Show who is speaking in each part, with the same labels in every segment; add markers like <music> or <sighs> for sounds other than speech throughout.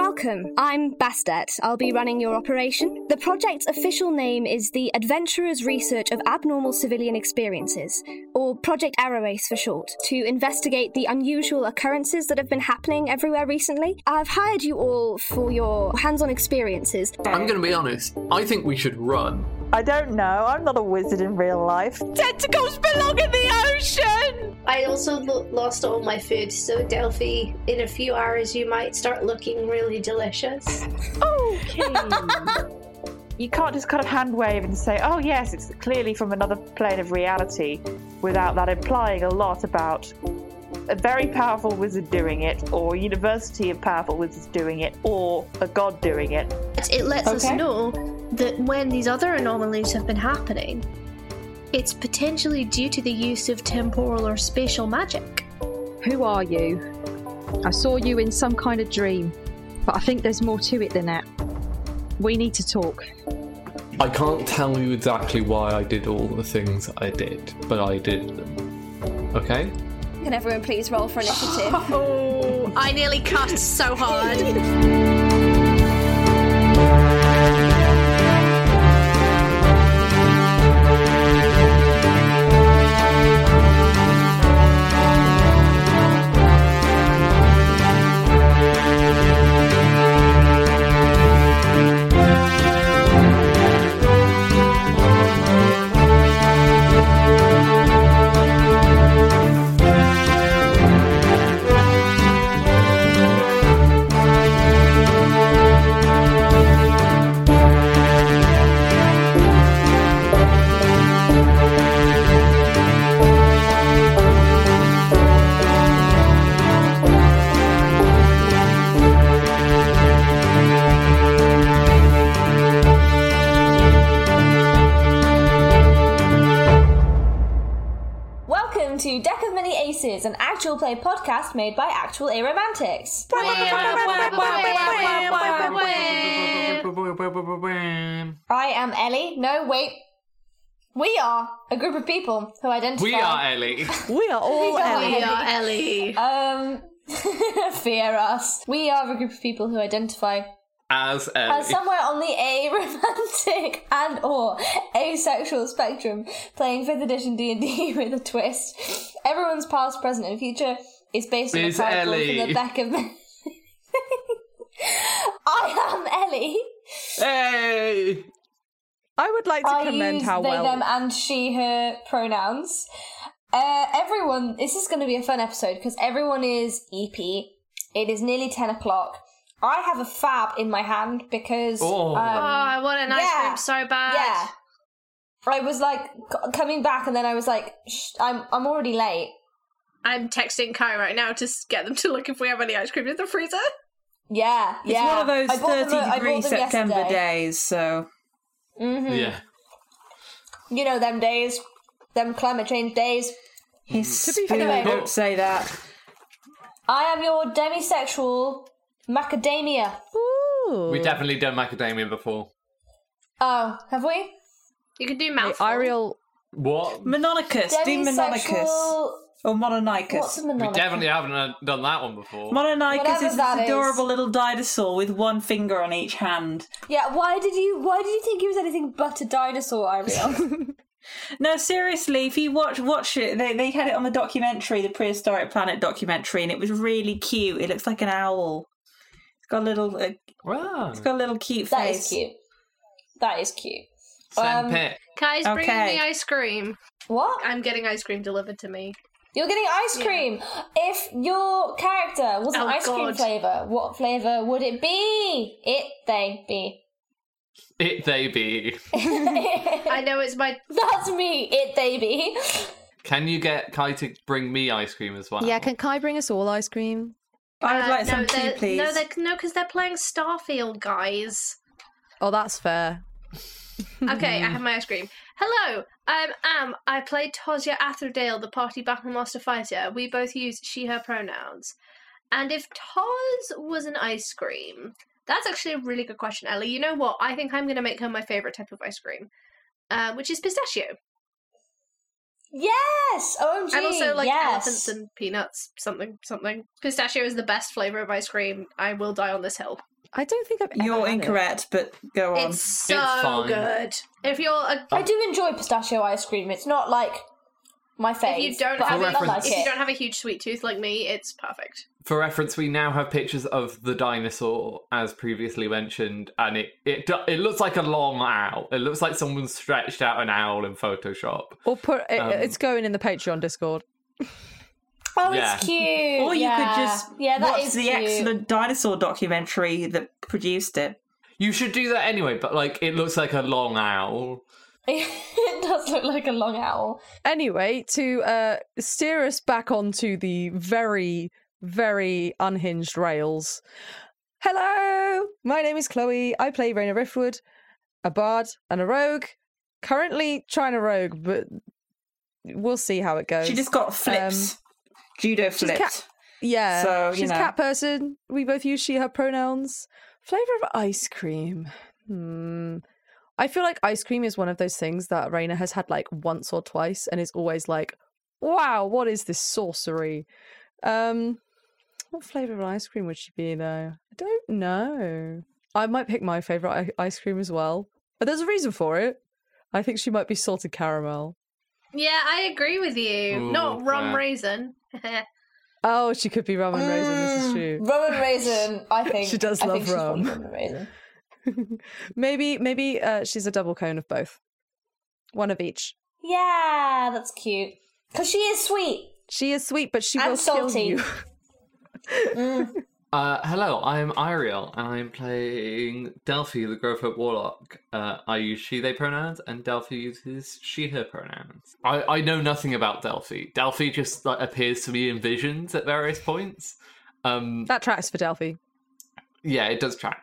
Speaker 1: Welcome, I'm Bastet. I'll be running your operation. The project's official name is the Adventurers Research of Abnormal Civilian Experiences, or Project Arrowace for short, to investigate the unusual occurrences that have been happening everywhere recently. I've hired you all for your hands on experiences.
Speaker 2: I'm going to be honest. I think we should run.
Speaker 3: I don't know. I'm not a wizard in real life.
Speaker 4: Tentacles belong in the ocean!
Speaker 5: I also lo- lost all my food, so Delphi, in a few hours, you might start looking really delicious.
Speaker 3: You can't just kind of hand wave and say, oh, yes, it's clearly from another plane of reality without that implying a lot about a very powerful wizard doing it, or a university of powerful wizards doing it, or a god doing it.
Speaker 5: But it lets us
Speaker 3: Okay.
Speaker 5: know that when these other anomalies have been happening, it's potentially due to the use of temporal or spatial magic.
Speaker 6: Who are you? I saw you in some kind of dream, but I think there's more to it than that. We need to talk.
Speaker 2: I can't tell you exactly why I did all the things I did, but I did them. Okay?
Speaker 7: Can everyone please roll for initiative?
Speaker 4: Oh, I nearly cussed so hard.
Speaker 7: Welcome to Deck of Many Aces, an actual play podcast made by actual aromantics. I am Ellie. No, wait. We are a group of people who identify.
Speaker 2: We are Ellie.
Speaker 3: We are all Ellie.
Speaker 4: Ellie.
Speaker 7: Ellie. Um, <laughs> fear us. We are a group of people who identify
Speaker 2: As Ellie.
Speaker 7: as somewhere on the <laughs> aromantic and or asexual spectrum, playing fifth edition D and D <laughs> with a twist. Everyone's past, present, and future is based on a
Speaker 2: Miss
Speaker 7: card drawn from
Speaker 2: Ellie.
Speaker 7: the <laughs> back of. I am Ellie.
Speaker 2: Hey!
Speaker 3: I would like to
Speaker 7: I
Speaker 3: commend
Speaker 7: use
Speaker 3: how
Speaker 7: they,
Speaker 3: well.
Speaker 7: them, and she, her pronouns. Uh, everyone, this is going to be a fun episode because everyone is EP. It is nearly 10 o'clock. I have a fab in my hand because.
Speaker 2: Oh.
Speaker 4: Oh,
Speaker 7: um,
Speaker 4: I want an ice
Speaker 7: Yeah.
Speaker 4: cream so bad.
Speaker 7: yeah. I was like c- coming back, and then I was like, Shh, "I'm I'm already late."
Speaker 4: I'm texting Kai right now to s- get them to look if we have any ice cream in the freezer.
Speaker 7: Yeah,
Speaker 8: It's
Speaker 7: yeah.
Speaker 8: one of those
Speaker 7: I bought them-
Speaker 8: 30
Speaker 7: I bought
Speaker 8: degree
Speaker 7: them
Speaker 8: September
Speaker 7: yesterday. Hmm.
Speaker 8: days, so.
Speaker 2: Yeah.
Speaker 7: You know them days, them climate change days.
Speaker 8: Hiss,
Speaker 3: be
Speaker 8: poo,
Speaker 3: fair-
Speaker 8: don't say that.
Speaker 7: I am your demisexual macadamia.
Speaker 2: We definitely done macadamia before.
Speaker 7: Oh, have we?
Speaker 4: You can do mouthful.
Speaker 3: Ariel.
Speaker 2: What?
Speaker 8: Mononicus, do Mononicus.
Speaker 7: Demisexual.
Speaker 8: Or
Speaker 7: What's a
Speaker 8: Mononicus.
Speaker 2: We
Speaker 7: mononicus?
Speaker 2: definitely haven't uh, done that one before.
Speaker 8: Mononicus
Speaker 7: Whatever
Speaker 8: is
Speaker 7: that
Speaker 8: this
Speaker 7: is.
Speaker 8: adorable little dinosaur with one finger on each hand.
Speaker 7: Yeah. Why did you? Why did you think he was anything but a dinosaur,
Speaker 8: <laughs>
Speaker 7: Ariel?
Speaker 8: No, seriously, if you watch watch it, they, they had it on the documentary, the Prehistoric Planet documentary, and it was really cute. It looks like an owl. It's got a little, uh,
Speaker 2: Wow.
Speaker 8: it's got a little cute
Speaker 7: that
Speaker 8: face.
Speaker 7: is cute. That is cute.
Speaker 2: Sand
Speaker 7: um,
Speaker 2: pit.
Speaker 4: Kai's bringing
Speaker 8: Okay.
Speaker 4: me ice cream.
Speaker 7: What?
Speaker 4: I'm getting ice cream delivered to me.
Speaker 7: You're getting ice cream. If your character was an
Speaker 4: Oh,
Speaker 7: ice cream
Speaker 4: God.
Speaker 7: flavor, what flavor would it be? It they
Speaker 4: <laughs>
Speaker 7: be. <laughs>
Speaker 2: It they be.
Speaker 4: I know it's my.
Speaker 7: That's me. It they be.
Speaker 2: Can you get Kai to bring me ice cream as well?
Speaker 9: Yeah, can Kai bring us all ice cream?
Speaker 8: I would
Speaker 4: uh,
Speaker 8: like
Speaker 4: no,
Speaker 8: some tea,
Speaker 4: they're-
Speaker 8: please.
Speaker 4: No, they're, no, because they're playing Starfield, guys.
Speaker 9: Oh, that's fair.
Speaker 4: <laughs> Okay, I have my ice cream. Hello, I'm Am. I play Tosia Atherdale, the party battlemaster fighter. We both use she/her pronouns. And if Toz was an ice cream, that's actually a really good question, Ellie. You know what? I think I'm going to make her my favorite type of ice cream, uh, which is pistachio.
Speaker 7: Yes! OMG!
Speaker 4: and also like
Speaker 7: yes.
Speaker 4: elephants and peanuts, something, something. Pistachio is the best flavor of ice cream. I will die on this hill.
Speaker 9: I don't think I've. ever
Speaker 8: You're
Speaker 9: had it.
Speaker 8: incorrect, but go on.
Speaker 4: It's so
Speaker 2: fine.
Speaker 4: good. If you're a,
Speaker 7: I do enjoy pistachio ice cream. It's not like my fave.
Speaker 4: if you don't
Speaker 7: but
Speaker 4: have
Speaker 7: I
Speaker 4: a,
Speaker 7: like
Speaker 2: reference.
Speaker 4: if
Speaker 7: it.
Speaker 4: you don't have a huge sweet tooth like me, it's perfect.
Speaker 2: For reference, we now have pictures of the dinosaur, as previously mentioned, and it it do- it looks like a long owl. It looks like someone stretched out an owl in Photoshop.
Speaker 9: Or put it,
Speaker 2: Um,
Speaker 9: it's going in the Patreon Discord.
Speaker 7: oh,
Speaker 2: Yeah.
Speaker 7: it's cute.
Speaker 8: or you
Speaker 7: yeah.
Speaker 8: could just
Speaker 7: yeah, that
Speaker 8: watch
Speaker 7: is
Speaker 8: the
Speaker 7: cute.
Speaker 8: excellent dinosaur documentary that produced it.
Speaker 2: You should do that anyway, but like it looks like a long owl.
Speaker 7: <laughs> it does look like a long owl.
Speaker 9: Anyway, to uh, steer us back onto the very, very unhinged rails. Hello, my name is Chloe. I play Raina Riftwood, a bard and a rogue. Currently trying to rogue, but we'll see how it goes. Um,
Speaker 8: She just got flips,
Speaker 7: um,
Speaker 8: judo flips.
Speaker 9: cat- Yeah.
Speaker 8: So, you
Speaker 9: she's
Speaker 8: know.
Speaker 9: a cat person. We both use she, her pronouns. Flavor of ice cream. Hmm. I feel like ice cream is one of those things that Raina has had like once or twice and is always like, wow, what is this sorcery? Um, what flavor of ice cream would she be though? I don't know. I might pick my favorite I- ice cream as well. But there's a reason for it. I think she might be salted caramel.
Speaker 4: Yeah, I agree with you.
Speaker 2: Ooh,
Speaker 4: Not rum
Speaker 2: yeah.
Speaker 4: raisin. <laughs>
Speaker 9: Oh, she could be rum and raisin. This
Speaker 8: Mm.
Speaker 9: is true.
Speaker 7: Rum and raisin,
Speaker 4: <laughs>
Speaker 7: I think.
Speaker 9: She does
Speaker 7: I
Speaker 9: love
Speaker 7: think she's
Speaker 9: rum.
Speaker 7: probably and raisin.
Speaker 9: <laughs> maybe maybe uh, she's a double cone of both, one of each.
Speaker 7: Yeah, that's cute. Because she is sweet.
Speaker 9: She is sweet, but she
Speaker 7: And
Speaker 9: will
Speaker 7: salty.
Speaker 9: kill you. <laughs>
Speaker 2: Uh, hello, I'm Ariel, and I'm playing Delphi, the Grove Hope Warlock. Uh, I use she, they pronouns, and Delphi uses she, her pronouns. I, I know nothing about Delphi. Delphi just like, appears to me in visions at various points. Um,
Speaker 9: that tracks for Delphi.
Speaker 2: yeah, it does track.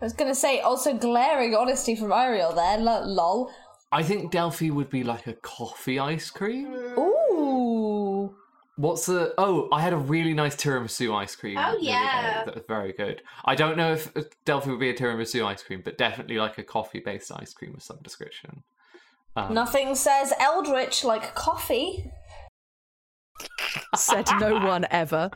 Speaker 7: I was going to say, also glaring honesty from Ariel there. Lo- lol.
Speaker 2: I think Delphi would be like a coffee ice cream.
Speaker 7: Ooh.
Speaker 2: What's the? Oh, I had a really nice tiramisu ice cream.
Speaker 4: Oh,
Speaker 2: the other day
Speaker 4: yeah.
Speaker 2: that was very good. I don't know if uh, Delphi would be a tiramisu ice cream, but definitely like a coffee-based ice cream of some description. Um,
Speaker 7: Nothing says eldritch like coffee. <laughs>
Speaker 9: Said no one ever.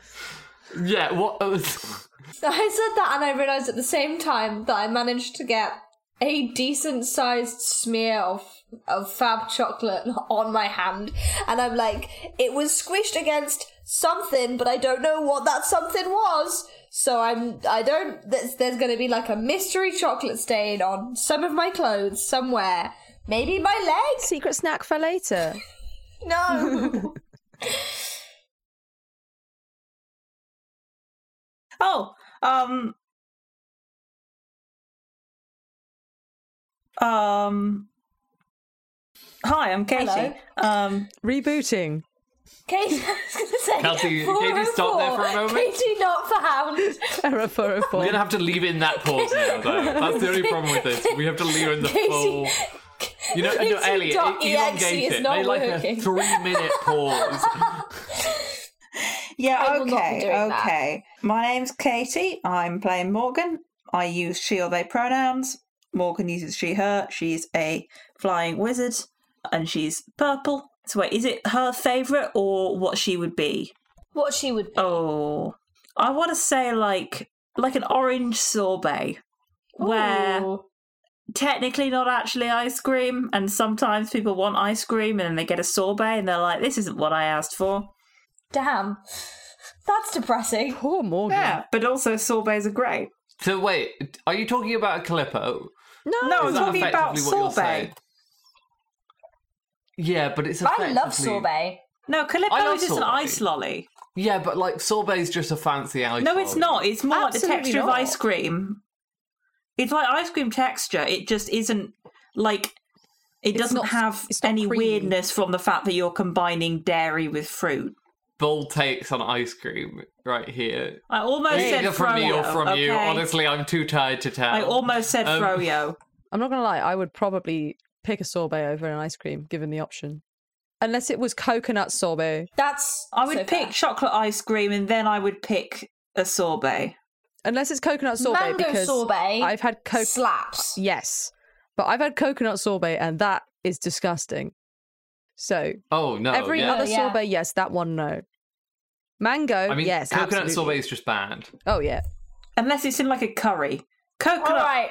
Speaker 2: Yeah, what? uh, <laughs>
Speaker 7: I said that and I realised at the same time that I managed to get a decent sized smear of of fab chocolate <laughs> on my hand and I'm like, it was squished against something, but I don't know what that something was. So I'm I don't there's, there's gonna be like a mystery chocolate stain on some of my clothes somewhere. Maybe my
Speaker 9: <laughs>
Speaker 7: legs?
Speaker 9: Secret snack for later.
Speaker 7: No.
Speaker 8: Oh, um, um. Hi, I'm Katie.
Speaker 7: Hello.
Speaker 8: Um,
Speaker 9: Rebooting.
Speaker 7: Katie, <laughs> I was gonna say,
Speaker 2: Kelsey, Katie, stop there for a
Speaker 7: 404.
Speaker 2: moment.
Speaker 7: Katie not found.
Speaker 9: Error
Speaker 2: We're
Speaker 9: 404.
Speaker 2: gonna have to leave in that pause now, though. That's the only problem with this. We have to leave in the
Speaker 7: Casey-
Speaker 2: full. You know, no, Elliot,
Speaker 7: dot
Speaker 2: elongate
Speaker 7: EXE is
Speaker 2: it.
Speaker 7: not
Speaker 2: Make like a
Speaker 7: working.
Speaker 2: three-minute pause.
Speaker 8: yeah,
Speaker 7: I will not be
Speaker 8: okay,
Speaker 7: doing that.
Speaker 8: okay. My name's Katie. I'm playing Morgan. I use she or they pronouns. Morgan uses she, her. She's a flying wizard and she's purple. So, wait, is it her favourite or what she would be?
Speaker 7: What she would be.
Speaker 8: Oh, I want to say like like an orange sorbet, where
Speaker 7: Ooh.
Speaker 8: technically not actually ice cream, and sometimes people want ice cream and they get a sorbet and they're like, "This isn't what I asked for."
Speaker 7: Damn. That's depressing.
Speaker 9: Poor Morgan.
Speaker 8: but also sorbets are great.
Speaker 2: So wait, are you talking about a Calippo?
Speaker 9: No,
Speaker 8: No, I'm
Speaker 2: Is that
Speaker 8: talking about
Speaker 2: effectively what you're
Speaker 8: sorbet.
Speaker 2: saying? Yeah, but it's.
Speaker 7: I love
Speaker 2: effectively-
Speaker 7: sorbet.
Speaker 8: No,
Speaker 2: I
Speaker 8: Calippo
Speaker 2: love
Speaker 8: is just an
Speaker 2: sorbet.
Speaker 8: ice lolly.
Speaker 2: Yeah, but like sorbet's just a fancy ice.
Speaker 8: No, it's not. It's more like the
Speaker 9: Absolutely
Speaker 8: texture of
Speaker 9: not.
Speaker 8: ice cream. It's like ice cream texture. It just isn't like it
Speaker 9: It's
Speaker 8: doesn't
Speaker 9: not-
Speaker 8: have
Speaker 9: it's not
Speaker 8: any
Speaker 9: creamy.
Speaker 8: weirdness from the fact that you're combining dairy with fruit.
Speaker 2: Bold takes on ice cream right here.
Speaker 8: I almost
Speaker 2: Either
Speaker 8: said
Speaker 2: from me
Speaker 8: froyo,
Speaker 2: or from you.
Speaker 8: okay?
Speaker 2: Honestly, I'm too tired to tell.
Speaker 8: I almost said
Speaker 2: Um,
Speaker 8: froyo.
Speaker 9: I'm not going to lie. I would probably pick a sorbet over an ice cream given the option. Unless it was coconut sorbet.
Speaker 7: That's.
Speaker 8: I would
Speaker 7: so
Speaker 8: pick
Speaker 7: fair.
Speaker 8: chocolate ice cream and then I would pick a sorbet.
Speaker 9: Unless it's coconut sorbet
Speaker 7: Mango
Speaker 9: because
Speaker 7: sorbet.
Speaker 9: I've had coconut.
Speaker 7: slaps.
Speaker 9: yes. But I've had coconut sorbet and that is disgusting. So
Speaker 2: Oh no!
Speaker 9: every
Speaker 2: yeah.
Speaker 9: other
Speaker 7: Yeah.
Speaker 9: sorbet, yes. That one, no. Mango,
Speaker 2: I mean,
Speaker 9: yes.
Speaker 2: coconut
Speaker 9: absolutely.
Speaker 2: sorbet is just bad.
Speaker 9: Oh yeah.
Speaker 8: Unless it's in like a curry. Coconut.
Speaker 7: All right.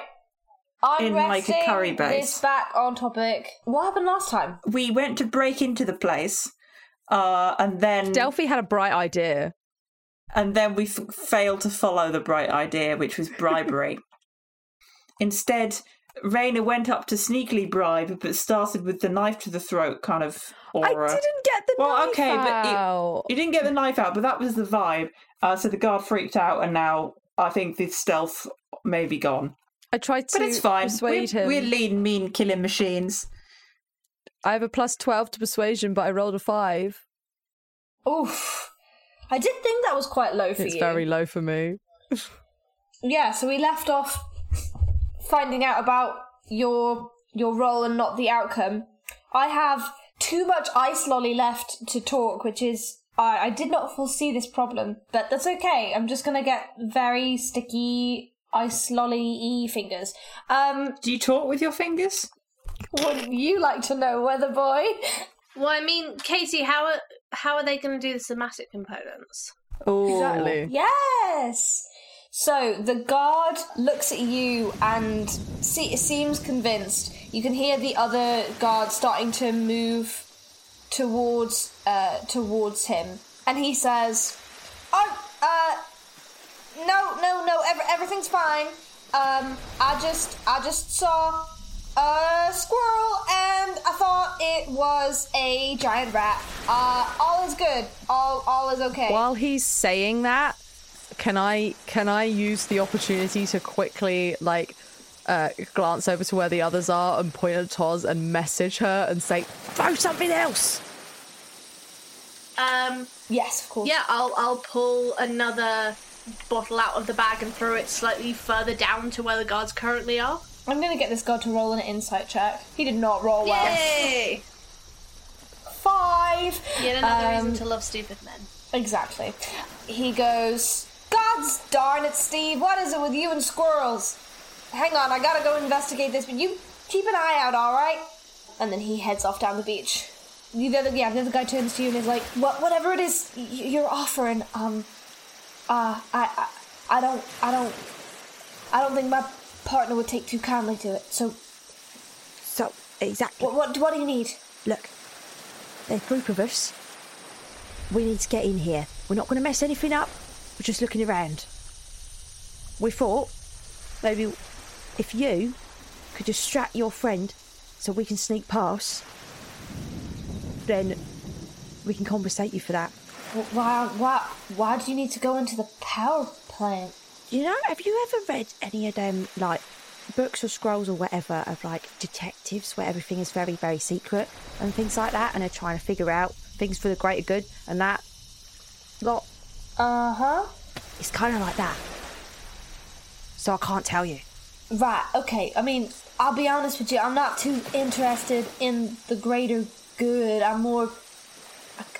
Speaker 7: I'm
Speaker 8: In, like, a
Speaker 7: resting
Speaker 8: curry base.
Speaker 7: this back on topic. What happened last time?
Speaker 8: We went to break into the place, uh, and then
Speaker 9: Delphi had a bright idea.
Speaker 8: and then we f- failed to follow the bright idea, which was
Speaker 9: <laughs>
Speaker 8: bribery. Instead, Raina went up to sneakily bribe, but started with the knife to the throat kind of aura.
Speaker 9: I didn't get the
Speaker 8: Well,
Speaker 9: knife
Speaker 8: okay, but it-
Speaker 9: out.
Speaker 8: You didn't get the knife out, but that was the vibe. Uh, so the guard freaked out, and now I think the stealth may be gone.
Speaker 9: I tried to
Speaker 8: But it's fine.
Speaker 9: persuade
Speaker 8: we're,
Speaker 9: him.
Speaker 8: we're lean, mean killing machines.
Speaker 9: I have a plus twelve to persuasion, but I rolled a five.
Speaker 7: Oof. I did think that was quite low for
Speaker 9: It's
Speaker 7: you.
Speaker 9: very low for me.
Speaker 7: Yeah, so we left off finding out about your your role and not the outcome. I have too much ice lolly left to talk, which is I, I did not foresee this problem, but that's okay. I'm just gonna get very sticky ice lolly y fingers. Um,
Speaker 8: Do you talk with your fingers?
Speaker 7: would you like to know, weather boy?
Speaker 4: Well, I mean, Katie, how are how are they going to do the somatic components?
Speaker 8: Oh,
Speaker 9: Exactly.
Speaker 7: Yes. So the guard looks at you and se- seems convinced. You can hear the other guard starting to move towards uh, towards him, and he says, "Oh, uh, no, no, no. Ev- everything's fine. Um, I just, I just saw a squirrel, and I thought it was a giant rat. Uh, all is good. All, all is okay."
Speaker 9: While he's saying that, can I can I use the opportunity to quickly like uh, glance over to where the others are and point at Toz and message her and say, "Throw something else."
Speaker 4: Um,
Speaker 7: Yes, of course.
Speaker 4: yeah, I'll I'll pull another bottle out of the bag and throw it slightly further down to where the guards currently are.
Speaker 7: I'm gonna get this guard to roll an insight check. He did not roll well.
Speaker 4: Yay!
Speaker 7: Five.
Speaker 4: Yet another
Speaker 7: Um,
Speaker 4: reason to love stupid men.
Speaker 7: Exactly. He goes, God's darn it, Steve. What is it with you and squirrels? Hang on, I gotta go investigate this, but you keep an eye out, alright? And then he heads off down the beach. The other, yeah, the other guy turns to you and is like, "What, whatever it is y- you're offering, um, uh, I, I, I don't, I don't, I don't think my partner would take too kindly to it. So,
Speaker 10: So, exactly.
Speaker 7: what, what, what do you need?"
Speaker 10: Look, there's a group of us. We need to get in here. We're not going to mess anything up. We're just looking around. We thought maybe if you could just strap your friend so we can sneak past, then we can compensate you for that.
Speaker 7: Wh- Why, why, why do you need to go into the power plant?
Speaker 10: You know, have you ever read any of them, like, books or scrolls or whatever, of like detectives where everything is very, very secret and things like that, and they're trying to figure out things for the greater good and that lot?
Speaker 7: Uh huh.
Speaker 10: It's kind of like that. So I can't tell you.
Speaker 7: Right. Okay. I mean, I'll be honest with you. I'm not too interested in the greater good. I'm more.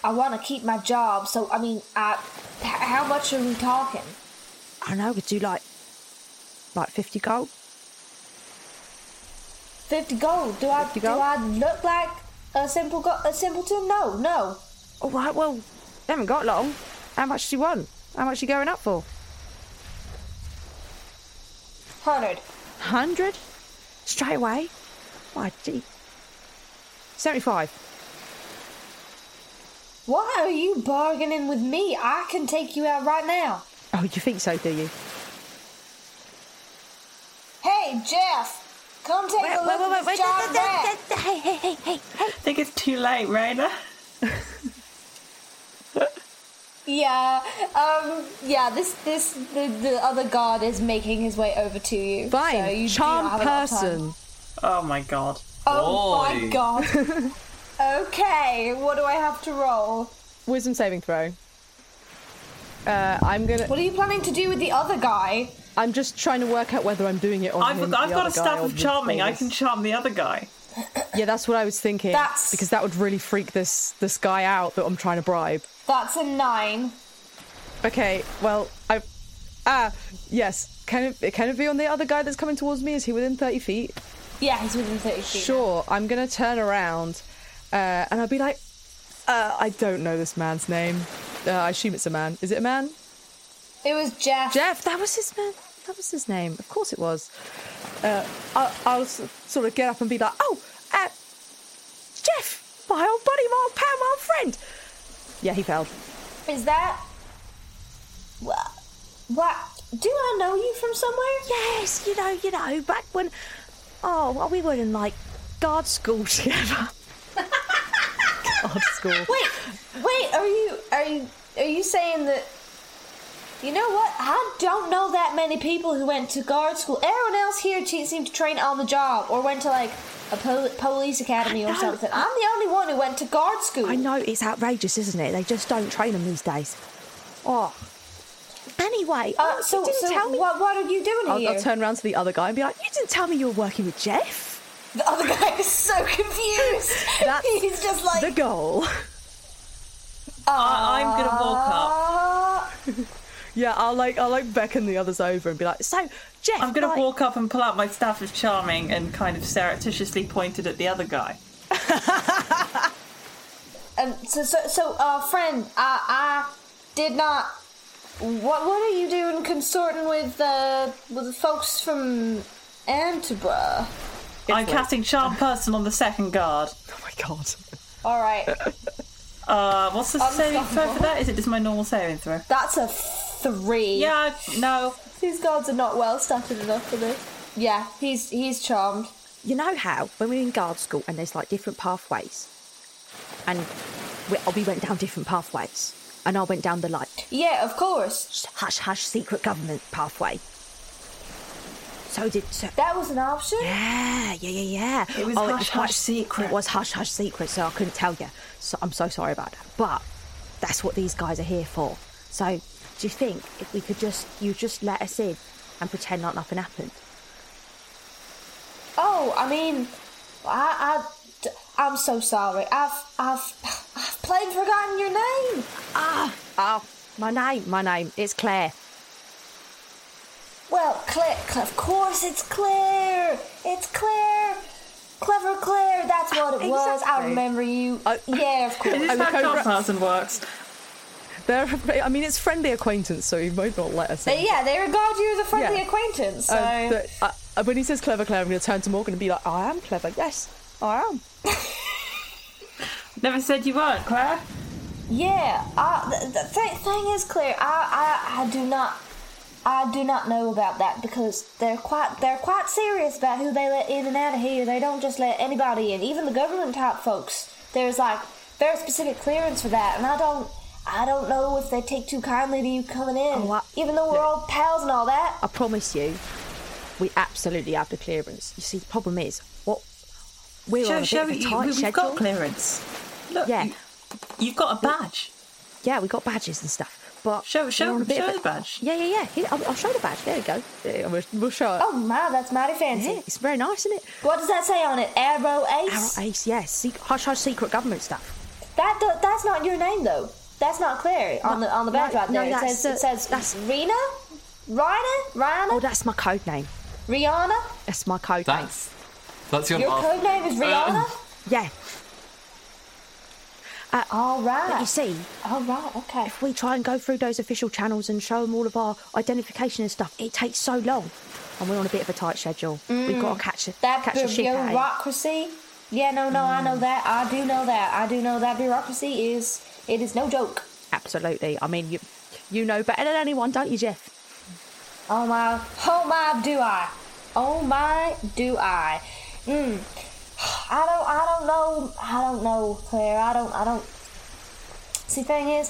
Speaker 7: I, want to keep my job. So I mean, I. h- How much are we talking?
Speaker 10: I don't know, we could do like, like 50 gold.
Speaker 7: Fifty gold. Do I do
Speaker 10: gold?
Speaker 7: I look like a simple go- a simpleton? No, no.
Speaker 10: All right, well, haven't got long. How much do you want? How much are you going up for?
Speaker 7: Hundred.
Speaker 10: 100? Straight away? My gee. 75.
Speaker 7: Why are you bargaining with me? I can take you out right now.
Speaker 10: Oh, you think so, do you?
Speaker 7: Hey, Jeff. Come take a
Speaker 10: Wait,
Speaker 7: look
Speaker 10: wait, wait,
Speaker 7: at
Speaker 10: wait,
Speaker 7: this giant rat.
Speaker 10: wait, hey, hey, hey, hey, hey.
Speaker 8: I think it's too late, Raina.
Speaker 7: Yeah, um, yeah. This, this, the, the other guard is making his way over to you.
Speaker 9: Fine,
Speaker 7: so you do
Speaker 9: charm
Speaker 7: not have a lot of time.
Speaker 9: person.
Speaker 8: Oh my god.
Speaker 7: Oh my
Speaker 2: Oi.
Speaker 7: god. okay, what do I have to roll?
Speaker 9: Wisdom saving throw. Uh, I'm gonna.
Speaker 7: What are you planning to do with the other guy?
Speaker 9: I'm just trying to work out whether I'm doing it on
Speaker 8: I've,
Speaker 9: him,
Speaker 8: I've
Speaker 9: the
Speaker 8: got a
Speaker 9: other guy,
Speaker 8: staff
Speaker 9: or
Speaker 8: of
Speaker 9: the
Speaker 8: charming. I
Speaker 9: others.
Speaker 8: can charm the other guy.
Speaker 9: Yeah, that's what I was thinking.
Speaker 7: That's-
Speaker 9: because that would really freak this this guy out that I'm trying to bribe.
Speaker 7: That's a nine.
Speaker 9: Okay, well, I ah yes, can it can it be on the other guy that's coming towards me? Is he within thirty feet?
Speaker 7: Yeah, he's within thirty feet.
Speaker 9: Sure, I'm gonna turn around
Speaker 11: Uh, and I'll be like, uh, I don't know this man's name. Uh, I assume it's a man. Is it a man?
Speaker 7: It was Jeff.
Speaker 11: Jeff, that was his man. That was his name. Of course it was. Uh, I'll, I'll s- sort of get up and be like, oh, uh, Jeff, my old buddy, my old pal, my old friend. Yeah, he failed.
Speaker 7: Is that. What? What? Do I know you from somewhere?
Speaker 9: Yes, you know, you know, back when. Oh, well, we were in like guard
Speaker 11: <laughs>
Speaker 9: school together.
Speaker 11: Odd school.
Speaker 7: Wait, wait. Are you are you are you saying that? You know what? I don't know that many people who went to guard school. Everyone else here te- seemed to train on the job or went to like a pol- police academy or
Speaker 9: know.
Speaker 7: something. I'm the only one who went to guard school.
Speaker 9: I know it's outrageous, isn't it? They just don't train them these days. Oh. Anyway,
Speaker 7: Uh,
Speaker 9: oh,
Speaker 7: so,
Speaker 9: you didn't
Speaker 7: so
Speaker 9: tell me.
Speaker 7: what, what are you doing
Speaker 11: I'll,
Speaker 7: here?
Speaker 11: I'll turn around to the other guy and be like,
Speaker 9: You didn't tell me you were working with Jeff.
Speaker 7: The other guy is so confused.
Speaker 11: That's
Speaker 7: <laughs> He's just like,
Speaker 11: the
Speaker 9: <laughs>
Speaker 11: goal.
Speaker 8: I- I'm gonna walk up.
Speaker 7: uh,
Speaker 11: yeah, I'll like, I'll like beckon the others over and be like,
Speaker 9: So, Jeff.
Speaker 8: I'm gonna
Speaker 9: like-
Speaker 8: walk up and pull out my staff of charming and kind of surreptitiously point it at the other guy.
Speaker 7: um, so so so uh, friend, I I did not. What what are you doing consorting with uh, with the folks from Antebra?
Speaker 8: I'm casting charm person on the second guard.
Speaker 11: Oh my god.
Speaker 7: All right,
Speaker 8: Uh, what's the saving throw for
Speaker 7: Unstoppable.
Speaker 8: that? Is it just my normal saving throw?
Speaker 7: that's a three.
Speaker 8: Yeah, no.
Speaker 7: these guards are not well started enough for this. Yeah, he's he's charmed.
Speaker 9: You know how when we were in guard school and there's like different pathways, and we, oh, we went down different pathways, and I went down the like
Speaker 7: Yeah, of course.
Speaker 9: hush hush secret government pathway. So did so.
Speaker 7: That was an option.
Speaker 9: Yeah, yeah, yeah, yeah. Oh,
Speaker 8: It was hush, hush, secret.
Speaker 9: It was hush hush secret, so I couldn't tell you. So I'm so sorry about that. But that's what these guys are here for. So do you think if we could just you just let us in and pretend like nothing happened?
Speaker 7: Oh, I mean, I, I, am so sorry. I've, I've, I've plain forgotten your name.
Speaker 9: Ah, oh, my name, my name. It's Claire.
Speaker 7: Well, Claire, Claire, of course it's Claire. It's Claire. Clever Claire, that's what it was. I
Speaker 11: Exactly.
Speaker 7: remember you.
Speaker 11: I-
Speaker 7: yeah, of
Speaker 11: <laughs>
Speaker 7: course.
Speaker 8: Is this
Speaker 11: I'm
Speaker 8: how
Speaker 11: going
Speaker 8: charm
Speaker 11: for-
Speaker 8: person works?
Speaker 11: They're, I mean, it's friendly acquaintance, so he might not let us in.
Speaker 7: But yeah, they regard you as a friendly
Speaker 11: Yeah.
Speaker 7: acquaintance. So.
Speaker 11: Um, but, uh, uh, when he says clever, Claire, I'm going to turn to Morgan and be like, I am clever. Yes, I am.
Speaker 8: Never said you weren't, Claire.
Speaker 7: Yeah, uh, the, the th- thing is, Claire, I, I, I do not, I do not know about that because they're quite, they're quite serious about who they let in and out of here. They don't just let anybody in, even the government type folks. There's like very specific clearance for that, and I don't, I don't know if they take too kindly to you coming in,
Speaker 9: Oh, I-
Speaker 7: even though we're all pals and all that.
Speaker 9: I promise you, we absolutely have the clearance. You see, the problem is what we're on a
Speaker 8: Show, show
Speaker 9: bit of a
Speaker 8: you.
Speaker 9: tight
Speaker 8: We've
Speaker 9: schedule.
Speaker 8: got clearance. Look,
Speaker 9: Yeah.
Speaker 8: you- you've got a badge.
Speaker 9: Yeah, we got badges and stuff. But
Speaker 8: Show,
Speaker 9: we're
Speaker 8: show,
Speaker 9: on a bit
Speaker 8: show
Speaker 9: of a-
Speaker 8: the badge.
Speaker 9: Yeah, yeah, yeah. Here, I'll, I'll show the badge. There we go.
Speaker 11: Yeah, we'll, we'll show it.
Speaker 7: Oh my, that's mighty fancy.
Speaker 9: Yeah, it's very nice, isn't it?
Speaker 7: What does that say on it? Arrow
Speaker 9: Arrow
Speaker 7: Ace.
Speaker 9: Ace, yeah. Secret, hush, hush, secret government stuff.
Speaker 7: That do- that's not your name though. That's not Claire on the on the badge
Speaker 9: no,
Speaker 7: right
Speaker 9: no,
Speaker 7: there. it
Speaker 9: that's
Speaker 7: says
Speaker 9: the-
Speaker 7: it says
Speaker 9: that's-
Speaker 7: Rena, Rina, Rina,
Speaker 9: Oh, that's my code name.
Speaker 7: Rihanna.
Speaker 9: That's my code
Speaker 2: That's that's your,
Speaker 7: Your
Speaker 2: last-
Speaker 7: code name
Speaker 2: um,
Speaker 7: is Rihanna.
Speaker 9: name. Yeah.
Speaker 7: all
Speaker 9: But you
Speaker 7: right,
Speaker 9: see,
Speaker 7: all right, okay.
Speaker 9: if we try and go through those official channels and show them all of our identification and stuff, it takes so long. And we're on a bit of a tight schedule. We've
Speaker 8: Mm.
Speaker 9: got to catch a,
Speaker 7: That
Speaker 9: catch a ship. eh?
Speaker 7: bureaucracy. Yeah, no, no, I
Speaker 9: Mm.
Speaker 7: know that. I do know that. I do know that bureaucracy is it is no joke.
Speaker 9: Absolutely. I mean, you you know better than anyone, don't you, Jeff?
Speaker 7: Oh my, oh my, do I? Oh my, do I? Mm. <sighs> I don't, I don't know, I don't know, Claire. I don't, I don't. See, thing is,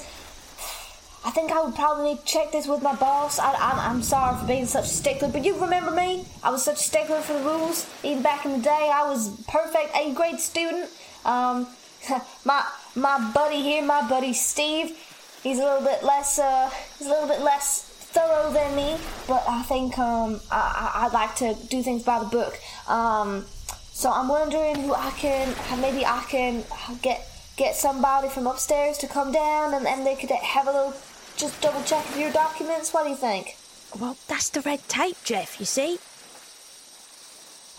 Speaker 7: I think I would probably need to check this with my boss. I, I'm, I'm sorry for being such a stickler, but you remember me? I was such a stickler for the rules. Even back in the day, I was perfect eighth grade student. Um, <laughs> my my buddy here, my buddy Steve, he's a little bit less uh, he's a little bit less thorough than me, but I think um, I, I, I like to do things by the book. Um, so I'm wondering who I can maybe I can get get somebody from upstairs to come down and, and they could have a little just double check of your documents. What do you think?
Speaker 9: Well, that's the red tape, Jeff, you see?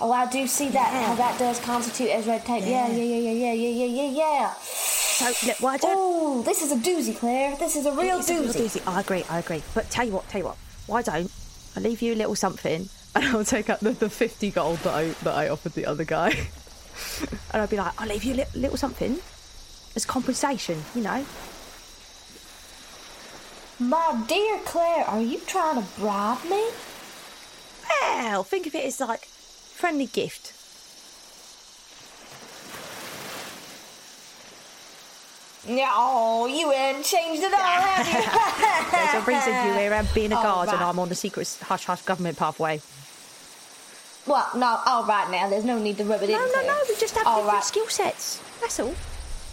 Speaker 7: Oh, I do see that. How that does constitute as red tape. Yeah, yeah, yeah, yeah, yeah, yeah, yeah, yeah, yeah.
Speaker 10: So, look, what I don't.
Speaker 7: Oh, this is a doozy, Claire. This is a real
Speaker 10: It's a little
Speaker 7: doozy.
Speaker 10: doozy. I agree, I agree. But tell you what, tell you what, why don't I leave you a little something <laughs>
Speaker 9: And I'll take out the, the 50 gold that I, that I offered the other
Speaker 10: <laughs>
Speaker 9: guy.
Speaker 10: and I'll be like, I'll leave you a little, little something as compensation, you know?
Speaker 7: My dear Claire, are you trying to bribe me?
Speaker 10: Well, think of it as like friendly gift.
Speaker 7: Yeah, oh, you ain't changed it all, have you?
Speaker 10: There's a reason you wear around being a
Speaker 7: All
Speaker 10: guard and
Speaker 7: right.
Speaker 10: I'm on the secret hush hush government pathway.
Speaker 7: <laughs> well, no, all right now. There's no need to rub it in.
Speaker 10: No, no,
Speaker 7: Claire.
Speaker 10: no, we just have
Speaker 7: All
Speaker 10: different
Speaker 7: right.
Speaker 10: skill sets. That's all.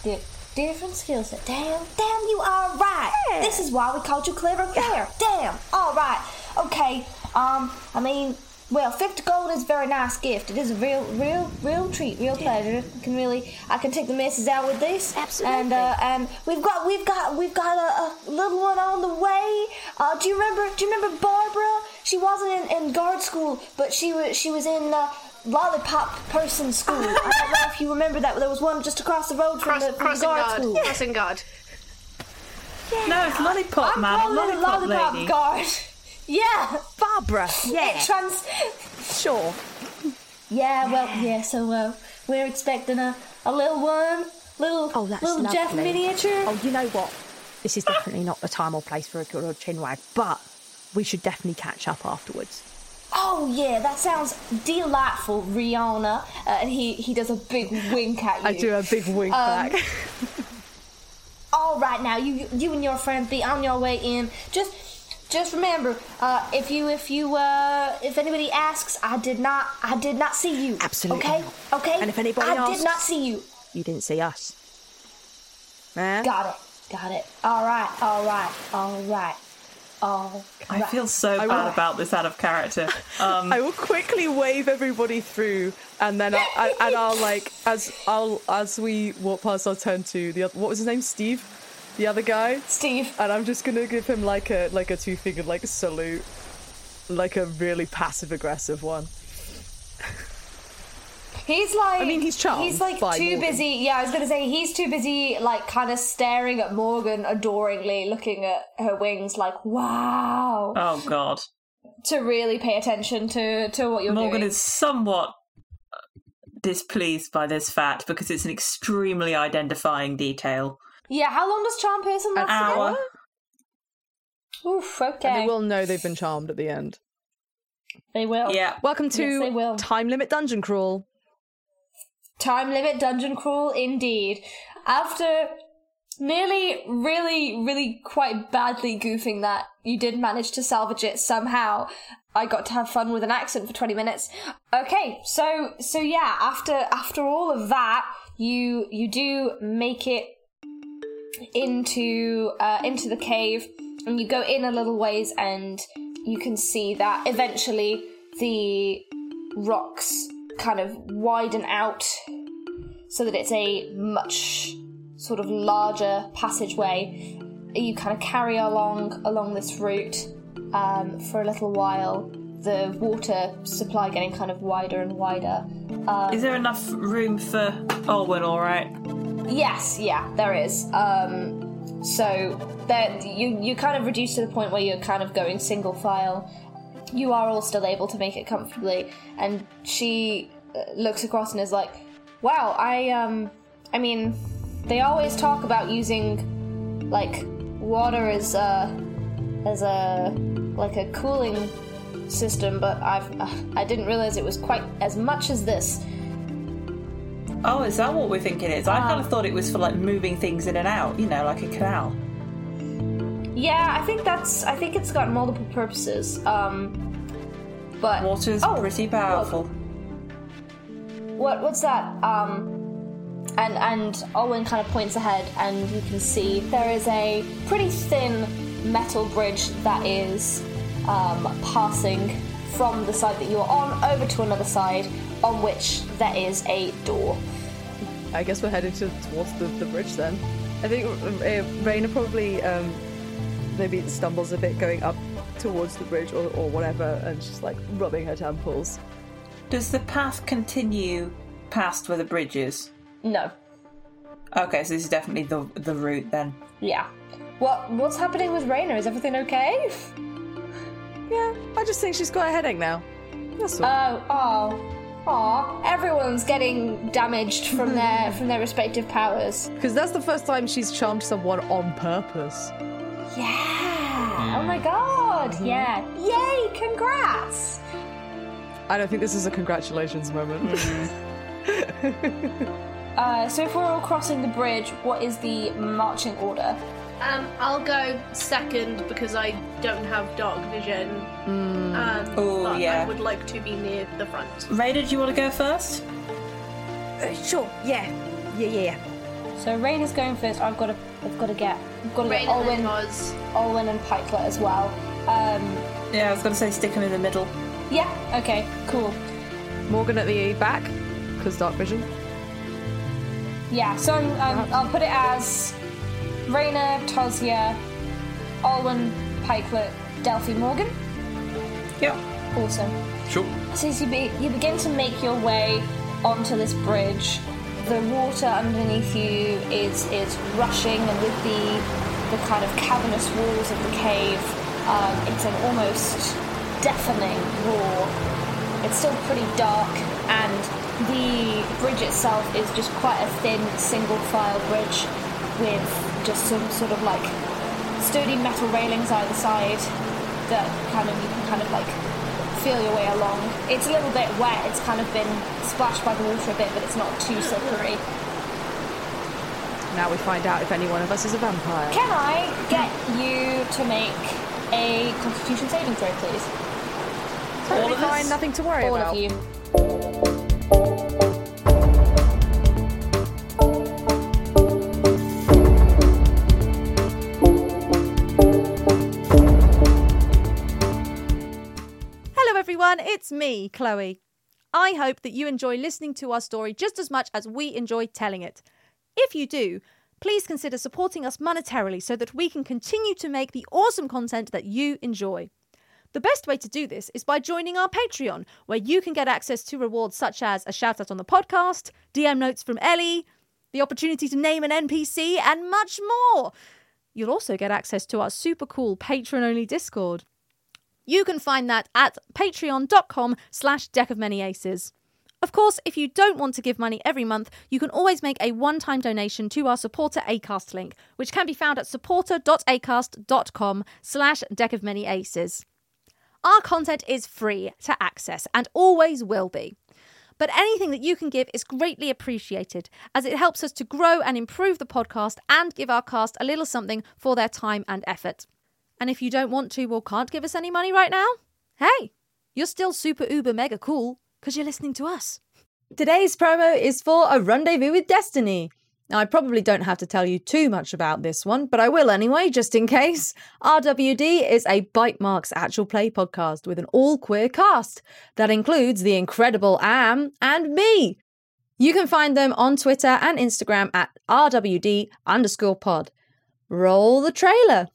Speaker 7: Di- different skill set. Damn, damn, you are right. This is why we called you Clever Claire. Damn, all right. Okay, um, I mean, well, 50 gold is a very nice gift. It is a real, real, real treat, real pleasure. Can really, I can take the missus out with this.
Speaker 10: Absolutely.
Speaker 7: And, uh, and we've got, we've got, we've got a, a little one on the way. Uh, do you remember, do you remember Barbara? She wasn't in, in guard school, but she was, she was in, uh, Lollipop person school. I don't know if you remember that. There was one just across the road from
Speaker 4: Cross,
Speaker 7: the, from the
Speaker 4: crossing
Speaker 7: guard
Speaker 4: guard.
Speaker 7: school.
Speaker 4: Crossing guard.
Speaker 8: No, it's lollipop, man.
Speaker 7: Call it
Speaker 8: Lollipop,
Speaker 7: lollipop
Speaker 8: lady.
Speaker 7: guard. <laughs> Yeah,
Speaker 10: Barbara, yeah,
Speaker 7: It trans.
Speaker 10: sure.
Speaker 7: Yeah, well, yeah. So uh, we're expecting a, a little one, little
Speaker 10: Oh, that's
Speaker 7: little Jeff
Speaker 10: lovely.
Speaker 7: miniature.
Speaker 10: Oh, you know what? This is definitely not the time or place for a good old chin wag, but we should definitely catch up afterwards.
Speaker 7: Oh yeah, that sounds delightful, Rihanna. Uh, and he he does a big <laughs> wink at you.
Speaker 9: I do a big wink
Speaker 7: Um,
Speaker 9: back.
Speaker 7: All right, now you you and your friends be on your way in. Just just remember, uh, if you if you uh, if anybody asks, I did not I did not see you.
Speaker 10: Absolutely
Speaker 7: Okay.
Speaker 10: not.
Speaker 7: Okay.
Speaker 10: And if anybody
Speaker 7: I
Speaker 10: asks-
Speaker 7: did not see you.
Speaker 10: You didn't see us. Eh?
Speaker 7: Got it. Got it. All right. All right. All right. All
Speaker 8: I
Speaker 7: right.
Speaker 8: feel so bad about this out of character. Um,
Speaker 9: <laughs> I will quickly wave everybody through, and then I, I, and I'll like as I'll as we walk past, I'll turn to the other, what was his name, Steve, the other guy,
Speaker 7: Steve.
Speaker 9: and I'm just gonna give him like a like a two fingered like salute, like a really passive aggressive one.
Speaker 7: He's like.
Speaker 9: I mean, he's charmed
Speaker 7: He's like
Speaker 9: by
Speaker 7: too
Speaker 9: Morgan.
Speaker 7: busy. Yeah, I was gonna say he's too busy, like kind of staring at Morgan adoringly, looking at her wings, like wow,
Speaker 8: oh god,
Speaker 7: to really pay attention to to what you're
Speaker 8: Morgan
Speaker 7: doing.
Speaker 8: is somewhat uh, displeased by this fact because it's an extremely identifying detail.
Speaker 7: yeah, how long does charm person
Speaker 8: An
Speaker 7: last?
Speaker 8: hour.
Speaker 7: again? Oof.
Speaker 9: And
Speaker 7: Okay.
Speaker 9: they will know they've been charmed at the end.
Speaker 7: They will.
Speaker 8: Yeah.
Speaker 9: Welcome
Speaker 7: Yes,
Speaker 9: to
Speaker 7: they will.
Speaker 9: time limit dungeon crawl.
Speaker 7: Time limit dungeon crawl, indeed. After nearly, really, really quite badly goofing that, you did manage to salvage it somehow. I got to have fun with an accent for 20 minutes. Okay, so so yeah, after after all of that, you you do make it into uh, into the cave, and you go in a little ways, and you can see that eventually the rocks kind of widen out so that it's a much sort of larger passageway. You kind of carry along along this route um, for a little while. The water supply getting kind of wider and wider. Um,
Speaker 8: Is there enough room for Olwen? All right.
Speaker 7: Yes, yeah, there is. Um, so that you you kind of reduce to the point where you're kind of going single file. You are all still able to make it comfortably, and she uh, looks across and is like, "Wow, I um, I mean, they always talk about using like water as a as a like a cooling system, but I've uh, I didn't realize it was quite as much as this."
Speaker 8: Oh, is that what we think it is? I kind of thought it was for like moving things in and out, you know, like a canal.
Speaker 7: Yeah, I think that's. I think it's got multiple purposes. Um, but
Speaker 8: Water's
Speaker 7: Oh,
Speaker 8: pretty powerful.
Speaker 7: what what's that? Um, and and Owen kind of points ahead, and you can see there is a pretty thin metal bridge that is um, passing from the side that you're on over to another side, on which there is a door.
Speaker 9: I guess we're heading to, towards the, the bridge then. I think uh, Raina probably um, maybe stumbles a bit going up towards the bridge or, or whatever and she's like rubbing her temples.
Speaker 8: Does the path continue past where the bridge is?
Speaker 7: No.
Speaker 8: Okay, so this is definitely the the route then.
Speaker 7: Yeah. What What's happening with Raina? Is everything okay? <laughs>
Speaker 12: Yeah, I just think she's got a headache now. That's all.
Speaker 7: Oh, oh, aw. Everyone's getting damaged
Speaker 8: Hmm.
Speaker 7: from their from their respective powers.
Speaker 12: Because that's the first time she's charmed someone on purpose.
Speaker 7: Yeah. Oh my god.
Speaker 8: Hmm.
Speaker 7: Yeah. Yay! Congrats.
Speaker 12: I don't think this is a congratulations moment.
Speaker 7: Hmm. Uh, so if we're all crossing the bridge, what is the marching order?
Speaker 13: Um, I'll go second because I don't have dark vision. Um,
Speaker 8: Oh,
Speaker 13: but
Speaker 8: yeah.
Speaker 13: I would like to be near the front.
Speaker 8: Raider, do you want to go first?
Speaker 14: Uh, sure, yeah. Yeah, yeah, yeah.
Speaker 7: So Raina's going first. I've got to. I've got to get. I've got to get
Speaker 13: Rain and
Speaker 7: Olwen,
Speaker 13: Oz.
Speaker 7: Olwen and Piper as well. Um,
Speaker 8: Yeah, I was going to say stick him in the middle.
Speaker 7: yeah. Okay. Cool.
Speaker 12: <laughs> Morgan at the back, because dark vision.
Speaker 7: Yeah. So I'm, I'm, I'll put it as Raina, Tosia, Olwen, Pikelet, Delphi, Morgan.
Speaker 8: Yep.
Speaker 7: Awesome.
Speaker 2: Um, Sure.
Speaker 7: So as you, be- you begin to make your way onto this bridge, the water underneath you is is rushing, and with the the kind of cavernous walls of the cave, um, it's an almost deafening roar. It's still pretty dark, and the bridge itself is just quite a thin single file bridge with just some sort of like sturdy metal railings either side that kind of you can kind of like feel your way along. It's a little bit wet, it's kind of been splashed by the water a bit, but it's not too slippery.
Speaker 12: Now we find out if any one of us is a vampire.
Speaker 7: Can I get you to make a constitution saving throw, please?
Speaker 12: All fine, nothing to worry
Speaker 7: All
Speaker 12: about.
Speaker 7: of you.
Speaker 9: Hello, everyone. It's me, Chloe. I hope that you enjoy listening to our story just as much as we enjoy telling it. If you do, please consider supporting us monetarily so that we can continue to make the awesome content that you enjoy. The best way to do this is by joining our Patreon, where you can get access to rewards such as a shout out on the podcast, DM notes from Ellie, the opportunity to name an NPC, and much more. You'll also get access to our super cool patron only Discord. You can find that at patreon.com slash deck of many aces. Of course, if you don't want to give money every month, you can always make a one-time donation to our supporter ACAST link, which can be found at supporter.acast.com slash deck of many aces. Our content is free to access and always will be. But anything that you can give is greatly appreciated, as it helps us to grow and improve the podcast and give our cast a little something for their time and effort. And if you don't want to or can't give us any money right now, hey, you're still super uber mega cool because you're listening to us. Today's promo is for A Rendezvous with Destiny. Now, I probably don't have to tell you too much about this one, but I will anyway, just in case. RWD is a Bite Marks actual play podcast with an all queer cast that includes the incredible Am and me. You can find them on Twitter and Instagram at RWD underscore pod. Roll the trailer.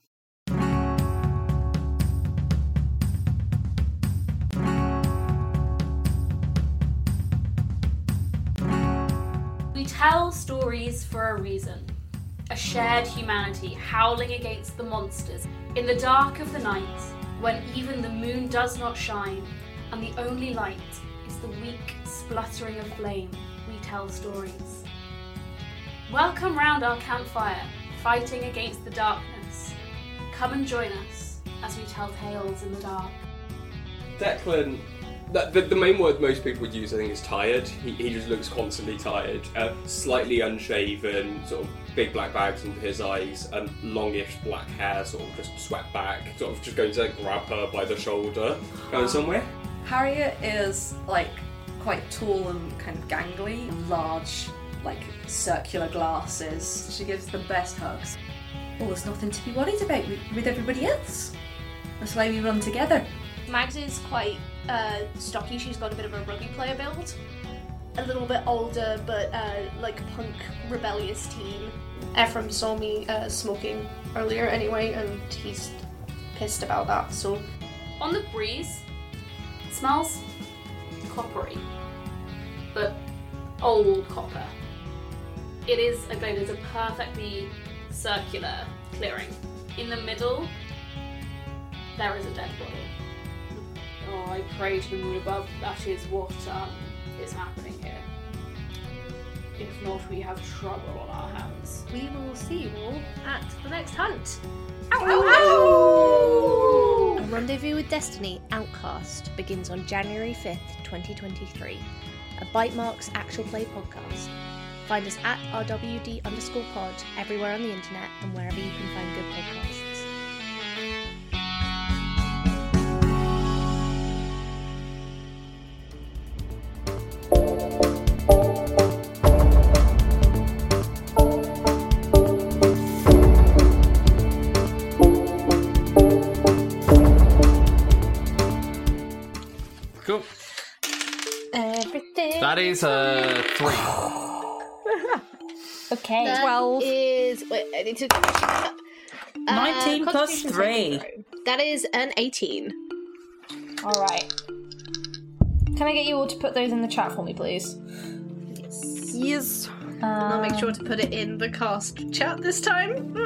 Speaker 4: We tell stories for a reason. A shared humanity howling against the monsters in the dark of the night when even the moon does not shine and the only light is the weak spluttering of flame. We tell stories. Welcome round our campfire, fighting against the darkness. Come and join us as we tell tales in the dark.
Speaker 3: Declan, that, the, the main word most people would use, I think, is tired. He, he just looks constantly tired. Uh, slightly unshaven, sort of big black bags under his eyes, and longish black hair, sort of just swept back, sort of <sighs> just going to grab her by the shoulder. Going somewhere?
Speaker 15: Harriet is like quite tall and kind of gangly, large, like circular glasses. She gives the best hugs. Well, there's nothing to be worried about with, with everybody else. That's why we run together.
Speaker 13: Mags is quite uh, stocky. She's got a bit of a rugby player build. A little bit older, but uh, like punk, rebellious teen. Ephraim saw me uh, smoking earlier anyway, and he's pissed about that. So
Speaker 4: On the breeze, smells
Speaker 16: coppery, but old copper. It is again, it's a perfectly circular clearing. In the middle, there is a dead body. Oh, I pray to the moon above. That is what um, is happening here. If not, we have trouble on our hands.
Speaker 4: We will see you all at the next hunt.
Speaker 5: A Rendezvous with Destiny Outcast begins on January 5th, 2023. A Bite Marks actual play podcast. Find us at RWD underscore pod everywhere on the internet and wherever you can find good podcasts.
Speaker 2: Cool.
Speaker 7: Everything.
Speaker 2: That is uh, three.
Speaker 7: Okay.
Speaker 4: That
Speaker 7: Twelve.
Speaker 4: is wait, I need to get my sheet up. Uh,
Speaker 7: 19 plus
Speaker 4: Constitution saving
Speaker 7: three.
Speaker 4: throw. That is an eighteen.
Speaker 7: All right. Can I get you all to put those in the chat for me, please? Yes.
Speaker 4: Yes. I'll make sure to put it in the cast chat this time.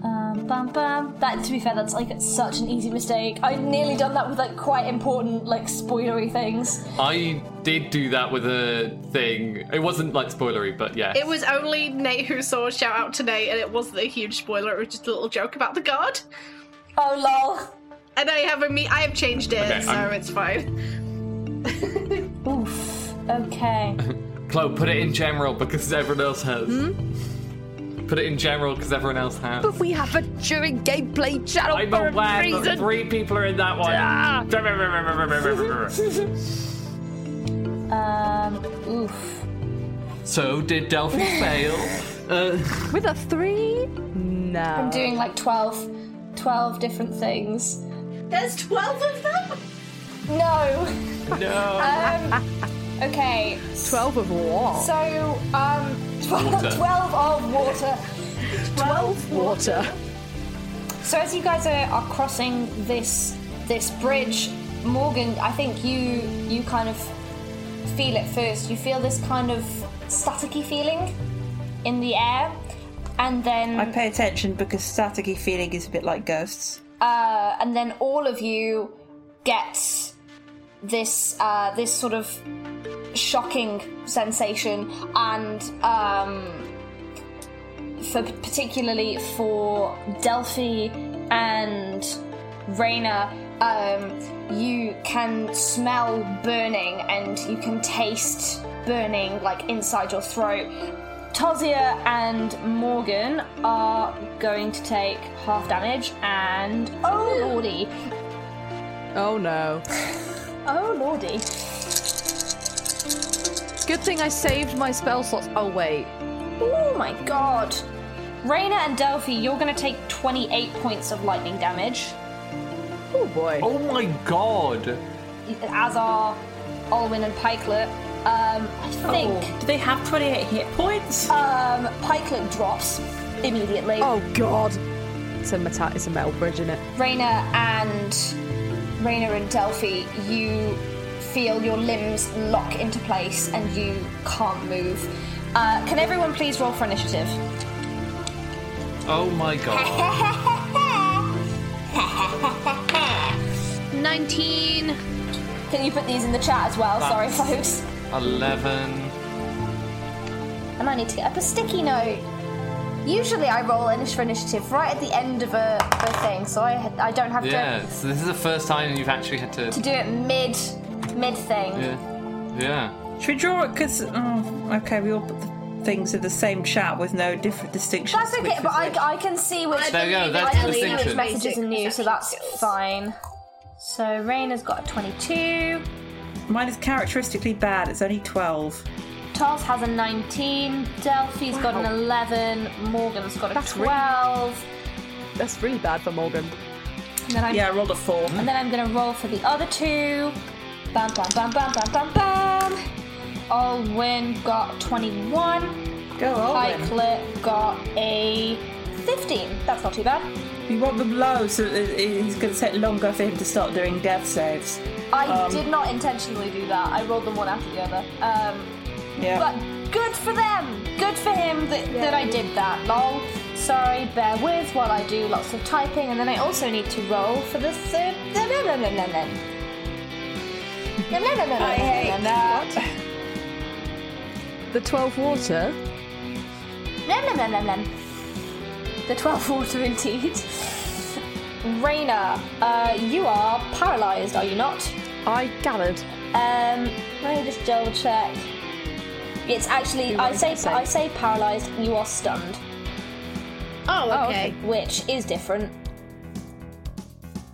Speaker 7: Um, bum, bum. That to be fair, that's like such an easy mistake. I nearly done that with like quite important like spoilery things.
Speaker 2: I did do that with a thing. It wasn't like spoilery, but yeah.
Speaker 4: It was only Nate who saw shout out to Nate, and it wasn't a huge spoiler. It was just a little joke about the guard.
Speaker 7: Oh
Speaker 4: lol. And I have a me. I have changed it,
Speaker 2: Okay,
Speaker 4: so
Speaker 2: I'm-
Speaker 4: it's fine.
Speaker 7: Oof. Okay.
Speaker 2: Chloe, put it in general because everyone else has.
Speaker 7: Hmm?
Speaker 2: Put it in general because everyone else has.
Speaker 10: But we have a during gameplay channel
Speaker 2: I'm
Speaker 10: for
Speaker 2: aware,
Speaker 10: a
Speaker 2: but
Speaker 10: reason.
Speaker 2: three people are in that
Speaker 7: <laughs>
Speaker 2: one.
Speaker 10: Ah.
Speaker 7: um. Oof.
Speaker 2: so did
Speaker 7: <laughs>
Speaker 2: Delphi fail? Uh,
Speaker 7: With a three.
Speaker 9: No.
Speaker 7: I'm doing like 12, 12 different things. There's twelve of them. No. Um, okay.
Speaker 9: 12 of what?
Speaker 7: So um, <laughs>
Speaker 9: Water.
Speaker 7: twelve of water. Twelve
Speaker 9: Water.
Speaker 7: So as you guys are, are crossing this this bridge, Morgan, I think you you kind of feel it first. You feel this kind of staticky feeling in the air, and then
Speaker 8: I pay attention because staticky feeling is a bit like ghosts.
Speaker 7: uh, and then all of you get this uh, this sort of shocking sensation, and um, for particularly for Delphi and Raina, um, you can smell burning and you can taste burning like inside your throat. Tozia and Morgan are going to take half damage, and oh lordy,
Speaker 9: Oh no.
Speaker 7: oh lordy.
Speaker 9: Good thing I saved my spell slots. Oh wait.
Speaker 7: Oh my god. Raina and Delphi, you're going to take 28 points of lightning damage,
Speaker 9: Oh boy.
Speaker 2: Oh my god.
Speaker 7: as are Olwyn and Pikelet. Um, I think.
Speaker 8: Oh. Do they have 28 hit points?
Speaker 7: Um, Pikelet drops immediately.
Speaker 9: Oh god. It's a meta- it's a metal bridge, isn't it?
Speaker 7: Raina and Raina and Delphi, you feel your limbs lock into place and you can't move. Uh, can everyone please roll for initiative? <laughs>
Speaker 2: Oh my god.
Speaker 7: 19. Can you put these in the chat as well? Oh, Sorry, folks.
Speaker 2: Eleven.
Speaker 7: And I need to get up a sticky note. Usually I roll initiative for initiative right at the end of a, of a thing, so I, I don't have
Speaker 2: Yeah, so this is the first time you've actually had to.
Speaker 7: to, to do it mid mid thing.
Speaker 2: Yeah. Yeah.
Speaker 8: Should we draw it? Because, oh, okay, we all put the things in the same chat with no different distinctions.
Speaker 7: That's okay, but I, I can see which,
Speaker 8: There you go, that's
Speaker 7: I
Speaker 8: the
Speaker 7: can see which
Speaker 8: distinction.
Speaker 7: messages are new, so that's fine. So Raina's got a 22,
Speaker 8: Mine is characteristically bad, it's only 12.
Speaker 7: Tars has a 19, Delphi's got an
Speaker 8: Wow.
Speaker 7: 11, Morgan's got a
Speaker 9: That's really-
Speaker 7: 12.
Speaker 9: That's really bad for Morgan.
Speaker 7: And then I'm,
Speaker 8: Yeah, I rolled a four.
Speaker 7: And then I'm gonna roll for the other two. Bam, bam, bam, bam, bam, bam, bam. Olwyn got 21.
Speaker 8: Go Olwyn.
Speaker 7: Pikelet got a 15. That's not too bad.
Speaker 8: You want them low so that it- it- it's going to take longer for him to start doing death saves.
Speaker 7: I
Speaker 8: Um,
Speaker 7: did not intentionally do that. I rolled them one after the other. Um,
Speaker 8: Yeah.
Speaker 7: But good for them. Good for him that, that I did that. Lol. Sorry, bear with while I do lots of typing, and then I also need to roll for the third. No, no, no, no, no, no. No, no, no, no,
Speaker 6: I
Speaker 7: no, no,
Speaker 6: hate
Speaker 7: no, no.
Speaker 9: The 12 water?
Speaker 7: Nom nom nom nom nom. The 12 water indeed. Raina, uh, you are paralysed, are you not?
Speaker 9: I gathered.
Speaker 7: Um, let me just double check. It's actually I say I say paralysed. You are stunned.
Speaker 4: Oh, okay.
Speaker 7: Which is different.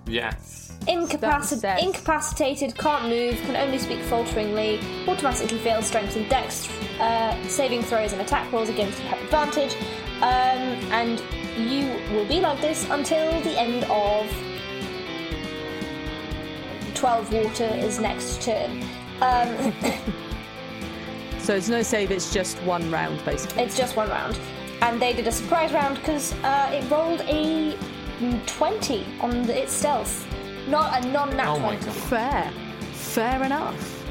Speaker 2: Yes.
Speaker 7: Incapacit- incapacitated, can't move, can only speak falteringly, automatically fails strength and dex, uh, saving throws and attack rolls against you have advantage, um, and you will be like this until the end of 12 water is next turn. Um, <coughs>
Speaker 9: So it's no save, it's just one round, basically.
Speaker 7: it's just one round. And they did a surprise round because uh, it rolled a 20 on the, its stealth. Not a non nat
Speaker 2: Oh my
Speaker 7: 20.
Speaker 2: God.
Speaker 9: Fair. Fair enough.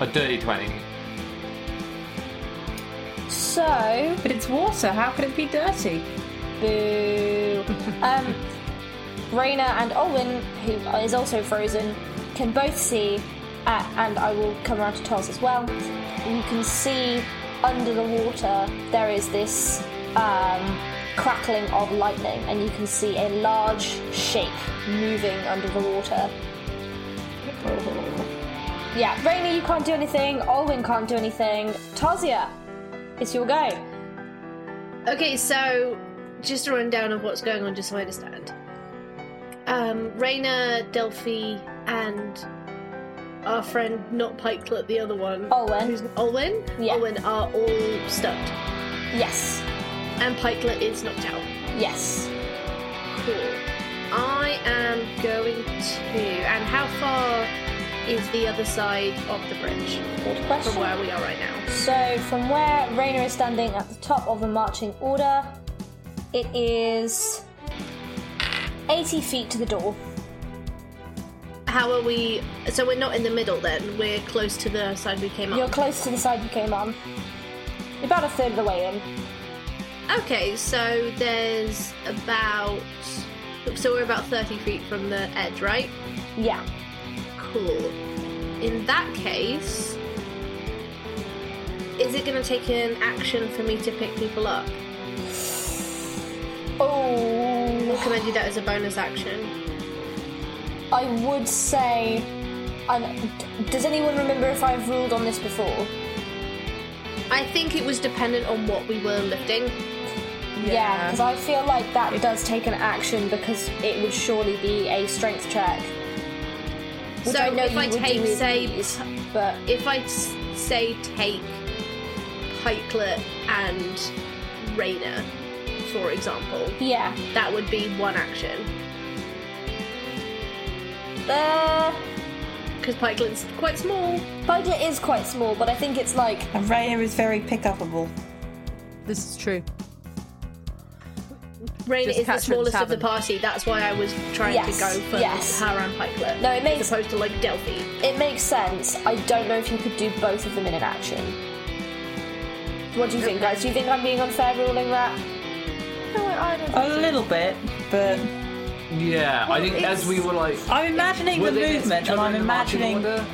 Speaker 2: A dirty 20.
Speaker 7: So.
Speaker 8: But it's water, how could it be dirty?
Speaker 7: Boo. um, Raina and Olwen, who is also frozen, can both see, uh, and I will come around to Tars as well. You can see under the water there is this um, crackling of lightning, and you can see a large shape moving under the water. Yeah, Raina, you can't do anything. Olwen can't do anything. Tarzia, it's your go.
Speaker 4: Okay, so just a rundown of what's going on, just so I understand. Um, Raina, Delphi, and our friend, not Pikelet, the other one.
Speaker 7: Olwen.
Speaker 4: Who's Olwen? Yeah. Olwen are all stunned.
Speaker 7: Yes.
Speaker 4: And Pikelet is knocked out.
Speaker 7: Yes.
Speaker 4: Cool. I am going to. And how far is the other side of the bridge?
Speaker 7: Good question.
Speaker 4: From where we are right now.
Speaker 7: So, from where Raina is standing at the top of the marching order, it is 80 feet to the door.
Speaker 4: How are we? So we're not in the middle then. We're close to the side we came on.
Speaker 7: You're close to the side you came on. You're about a third of the way in.
Speaker 4: Okay, so there's about. So we're about 30 feet from the edge, right?
Speaker 7: Yeah.
Speaker 4: Cool. In that case, is it going to take an action for me to pick people up?
Speaker 7: Oh.
Speaker 4: Or can I do that as a bonus action?
Speaker 7: I would say. And does anyone remember if I've ruled on this before?
Speaker 4: I think it was dependent on what we were lifting.
Speaker 7: Yeah, because I feel like that does take an action because it would surely be a strength check. Which
Speaker 4: so
Speaker 7: I know
Speaker 4: if
Speaker 7: you
Speaker 4: I
Speaker 7: would do
Speaker 4: take
Speaker 7: with
Speaker 4: say,
Speaker 7: these, but
Speaker 4: if I s- say take Pikelet and Raina, for example,
Speaker 7: yeah,
Speaker 4: that would be one action.
Speaker 7: Uh,
Speaker 4: because Pikelet's quite small.
Speaker 7: Pikelet is quite small, but I think it's like
Speaker 8: And Raina is very pick upable.
Speaker 9: This is true.
Speaker 4: Raina
Speaker 9: Just
Speaker 4: is the
Speaker 9: catch her in the
Speaker 4: smallest of the
Speaker 9: tavern.
Speaker 4: party. That's why I was trying
Speaker 7: Yes,
Speaker 4: to go for
Speaker 7: yes.
Speaker 4: her and Pikelet.
Speaker 7: No, it makes-
Speaker 4: as opposed to like Delphi.
Speaker 7: it makes sense. I don't know if you could do both of them in an action. What do you think, guys? Do you think I'm being unfair ruling that?
Speaker 8: No, I don't A little bit, but.
Speaker 2: Yeah, I think as we were like.
Speaker 8: I'm imagining the
Speaker 2: Were they next to
Speaker 8: movement,
Speaker 2: each
Speaker 8: and
Speaker 2: other
Speaker 8: I'm
Speaker 2: in the marching
Speaker 8: imagining.
Speaker 2: order?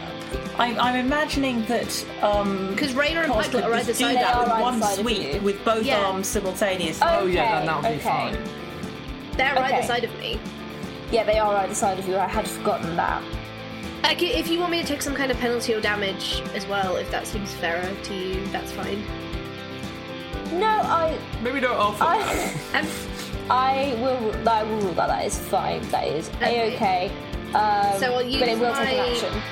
Speaker 8: I'm, I'm imagining that. um
Speaker 4: Because Raina and
Speaker 8: Cos
Speaker 4: Pikelet
Speaker 8: could
Speaker 4: are
Speaker 8: just
Speaker 4: either
Speaker 8: do
Speaker 4: side.
Speaker 8: that with one sweep with both
Speaker 4: Yeah.
Speaker 8: arms simultaneously.
Speaker 7: Oh, yeah, then that would be Okay, fine. okay.
Speaker 4: They're right
Speaker 7: Okay.
Speaker 4: either side of me.
Speaker 7: Yeah, they are either side of you. I had forgotten that.
Speaker 4: Like, i- if you want me to take some kind of penalty or damage as well, if that seems fairer to you, that's fine.
Speaker 7: No, I.
Speaker 2: Maybe don't offer
Speaker 7: I, I will. I will rule that. That is fine. That is a okay. Um,
Speaker 4: So I'll use
Speaker 7: but it will take an
Speaker 4: my-
Speaker 7: action.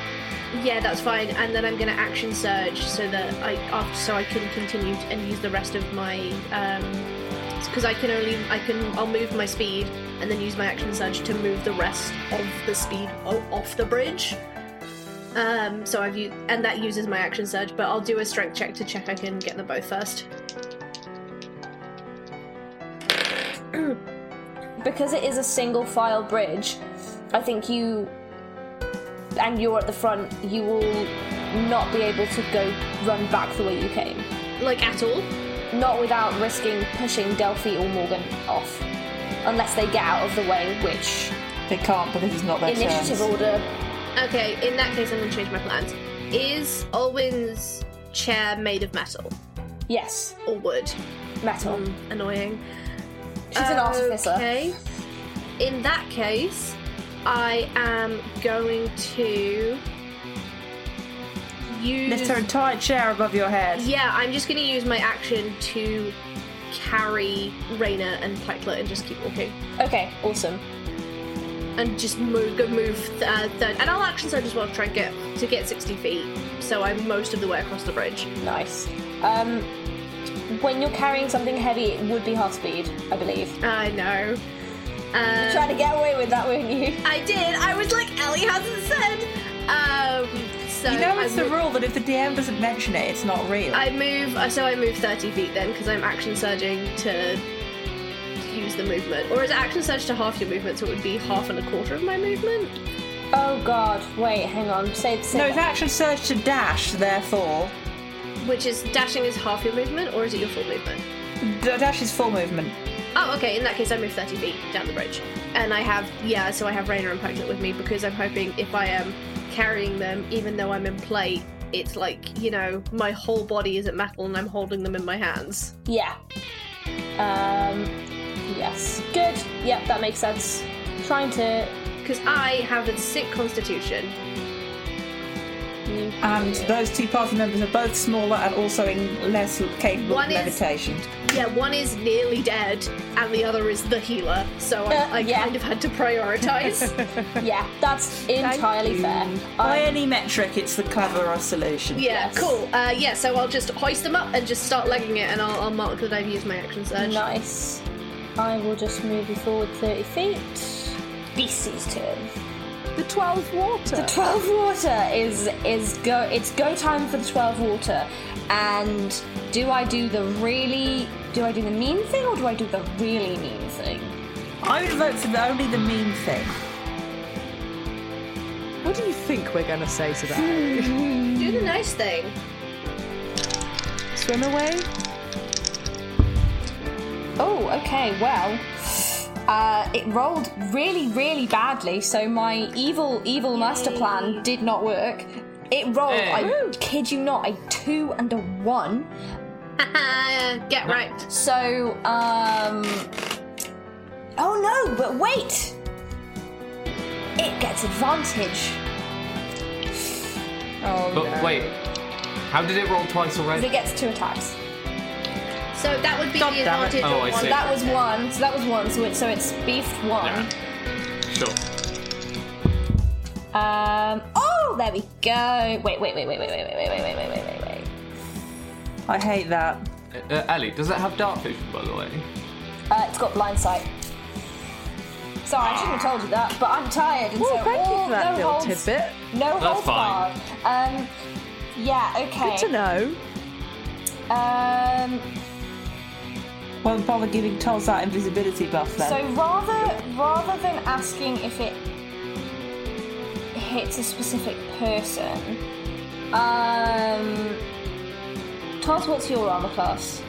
Speaker 4: Yeah, that's fine. And then I'm going to action surge so that I after so I can continue t- and use the rest of my um because I can only I can I'll move my speed and then use my action surge to move the rest of the speed o- off the bridge. Um, so I've used and that uses my action surge, but I'll do a strength check to check I can get them both first.
Speaker 7: because it is a single file bridge, I think you and you're at the front, you will not be able to go run back the way you came.
Speaker 4: Like at all?
Speaker 7: Not without risking pushing Delphi or Morgan off. Unless they get out of the way, which
Speaker 8: They can't because it's not their
Speaker 7: initiative
Speaker 8: turns.
Speaker 7: order
Speaker 4: Okay, in that case, I'm going to change my plans. Is Olwyn's chair made of metal?
Speaker 7: Yes.
Speaker 4: Or wood?
Speaker 7: Metal.
Speaker 4: Hmm, annoying.
Speaker 7: She's an artificer.
Speaker 4: Um, Okay. In that case, I am going to use.
Speaker 8: Lift her entire chair above your head.
Speaker 4: Yeah, I'm just going to use my action to carry Raina and Pikelet and just keep walking.
Speaker 7: Okay, awesome.
Speaker 4: And just move, go move th- uh, third. And I'll action surge as well to try and get to get 60 feet. So I'm most of the way across the bridge.
Speaker 7: Nice. Um, when you're carrying something heavy, it would be half speed, I believe.
Speaker 4: I know. Um,
Speaker 7: you tried to get away with that, weren't you?
Speaker 4: I did. I was like, Ellie hasn't said. Um, so
Speaker 8: you know
Speaker 4: I
Speaker 8: it's the
Speaker 4: mo-
Speaker 8: rule that if the DM doesn't mention it, it's not real.
Speaker 4: I move. uh, So I move 30 feet then because I'm action surging to use the movement, or is it action surge to half your movement? So it would be half and a quarter of my movement.
Speaker 7: Oh god, wait, hang on. Say, say
Speaker 8: no, it's action surge to dash, therefore.
Speaker 4: Which is dashing is half your movement, or is it your full movement?
Speaker 8: The dash is full movement.
Speaker 4: Oh, okay. In that case, I move 30 feet down the bridge, and I have yeah. So I have Rainer and Pikelet with me because I'm hoping if I am carrying them, even though I'm in plate, it's like you know my whole body isn't metal and I'm holding them in my hands.
Speaker 7: Yeah. Um, yes. Good. Yep, that makes sense. Trying to.
Speaker 4: Because I have a sick constitution.
Speaker 8: And those two party members are both smaller and also in less capable
Speaker 4: One
Speaker 8: of
Speaker 4: is- um,
Speaker 8: levitation.
Speaker 4: Yeah, one is nearly dead, and the other is the healer. So I, I kind of had to prioritize.
Speaker 7: yeah, that's entirely fair.
Speaker 8: By any metric, it's the cleverer solution.
Speaker 4: Yeah, cool. Uh, yeah, so I'll just hoist them up and just start legging it, and I'll, I'll mark that I've used my action surge.
Speaker 7: Nice. I will just move you forward 30 feet. Beastie's turn.
Speaker 9: The 12 water.
Speaker 7: The 12 water is is go it's go time for the 12 water. And do I do the really do I do the mean thing or do I do the really mean thing?
Speaker 8: I would vote for the, only the mean thing.
Speaker 9: What do you think we're gonna say to that?
Speaker 4: Do the nice thing.
Speaker 9: Swim away?
Speaker 7: Oh, okay, well. Uh, it rolled really, really badly, so my evil, evil master plan did not work. It rolled,
Speaker 4: Hey.
Speaker 7: I kid you not, a two and a one.
Speaker 4: <laughs> Get right.
Speaker 7: So, um. Oh no, but wait! It gets advantage.
Speaker 2: <laughs> But wait, how did it roll twice
Speaker 7: Because
Speaker 2: already?
Speaker 7: it gets two attacks.
Speaker 4: So that would be the advantage
Speaker 2: Oh, I
Speaker 4: of one.
Speaker 2: see.
Speaker 7: That was one, so that was one, so, it, so it's beefed one.
Speaker 2: Sure.
Speaker 7: Um. Oh, there we go. Wait, wait, wait, wait, wait, wait, wait, wait, wait, wait, wait, wait, wait.
Speaker 8: I hate that.
Speaker 2: Uh, uh, Ellie, does it have dark vision, by the way?
Speaker 7: Uh, it's got blind sight. Sorry, I shouldn't have told you that, but I'm tired, and
Speaker 9: Oh,
Speaker 7: so all,
Speaker 9: that
Speaker 7: no
Speaker 9: little
Speaker 7: holds,
Speaker 9: tidbit.
Speaker 7: no
Speaker 9: That's
Speaker 7: holds
Speaker 9: fine.
Speaker 7: barred. Um. Yeah. Okay.
Speaker 9: Good to know.
Speaker 7: Um.
Speaker 8: Won't bother giving Toz that invisibility buff then.
Speaker 7: So rather rather than asking if it hits a specific person, um, Toz, what's your armor class?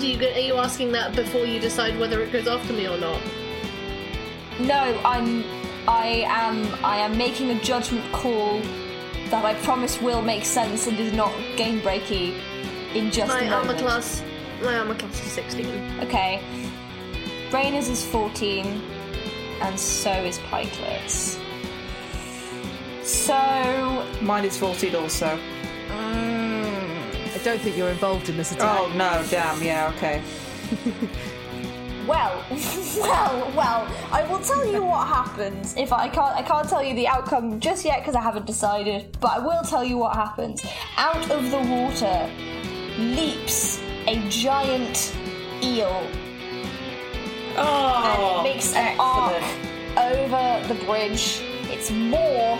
Speaker 4: Do you, are you asking that before you decide whether it goes after me or not?
Speaker 7: No, I'm. I am. I am making a judgment call that I promise will make sense and is not game breaky. In just a
Speaker 4: my
Speaker 7: moment.
Speaker 4: armor class. My armor class is 16.
Speaker 7: Okay. Rainer's is 14, and so is Pikelet's. So.
Speaker 8: Mine is 14 also.
Speaker 9: I don't think you're involved in this attack.
Speaker 8: Oh no, damn, yeah, okay.
Speaker 7: Well, <laughs> well, well. I will tell you what happens. If I can't, I can't tell you the outcome just yet because I haven't decided. But I will tell you what happens. Out of the water leaps a giant eel.
Speaker 8: Oh,
Speaker 7: and it makes an arc over the bridge. It's more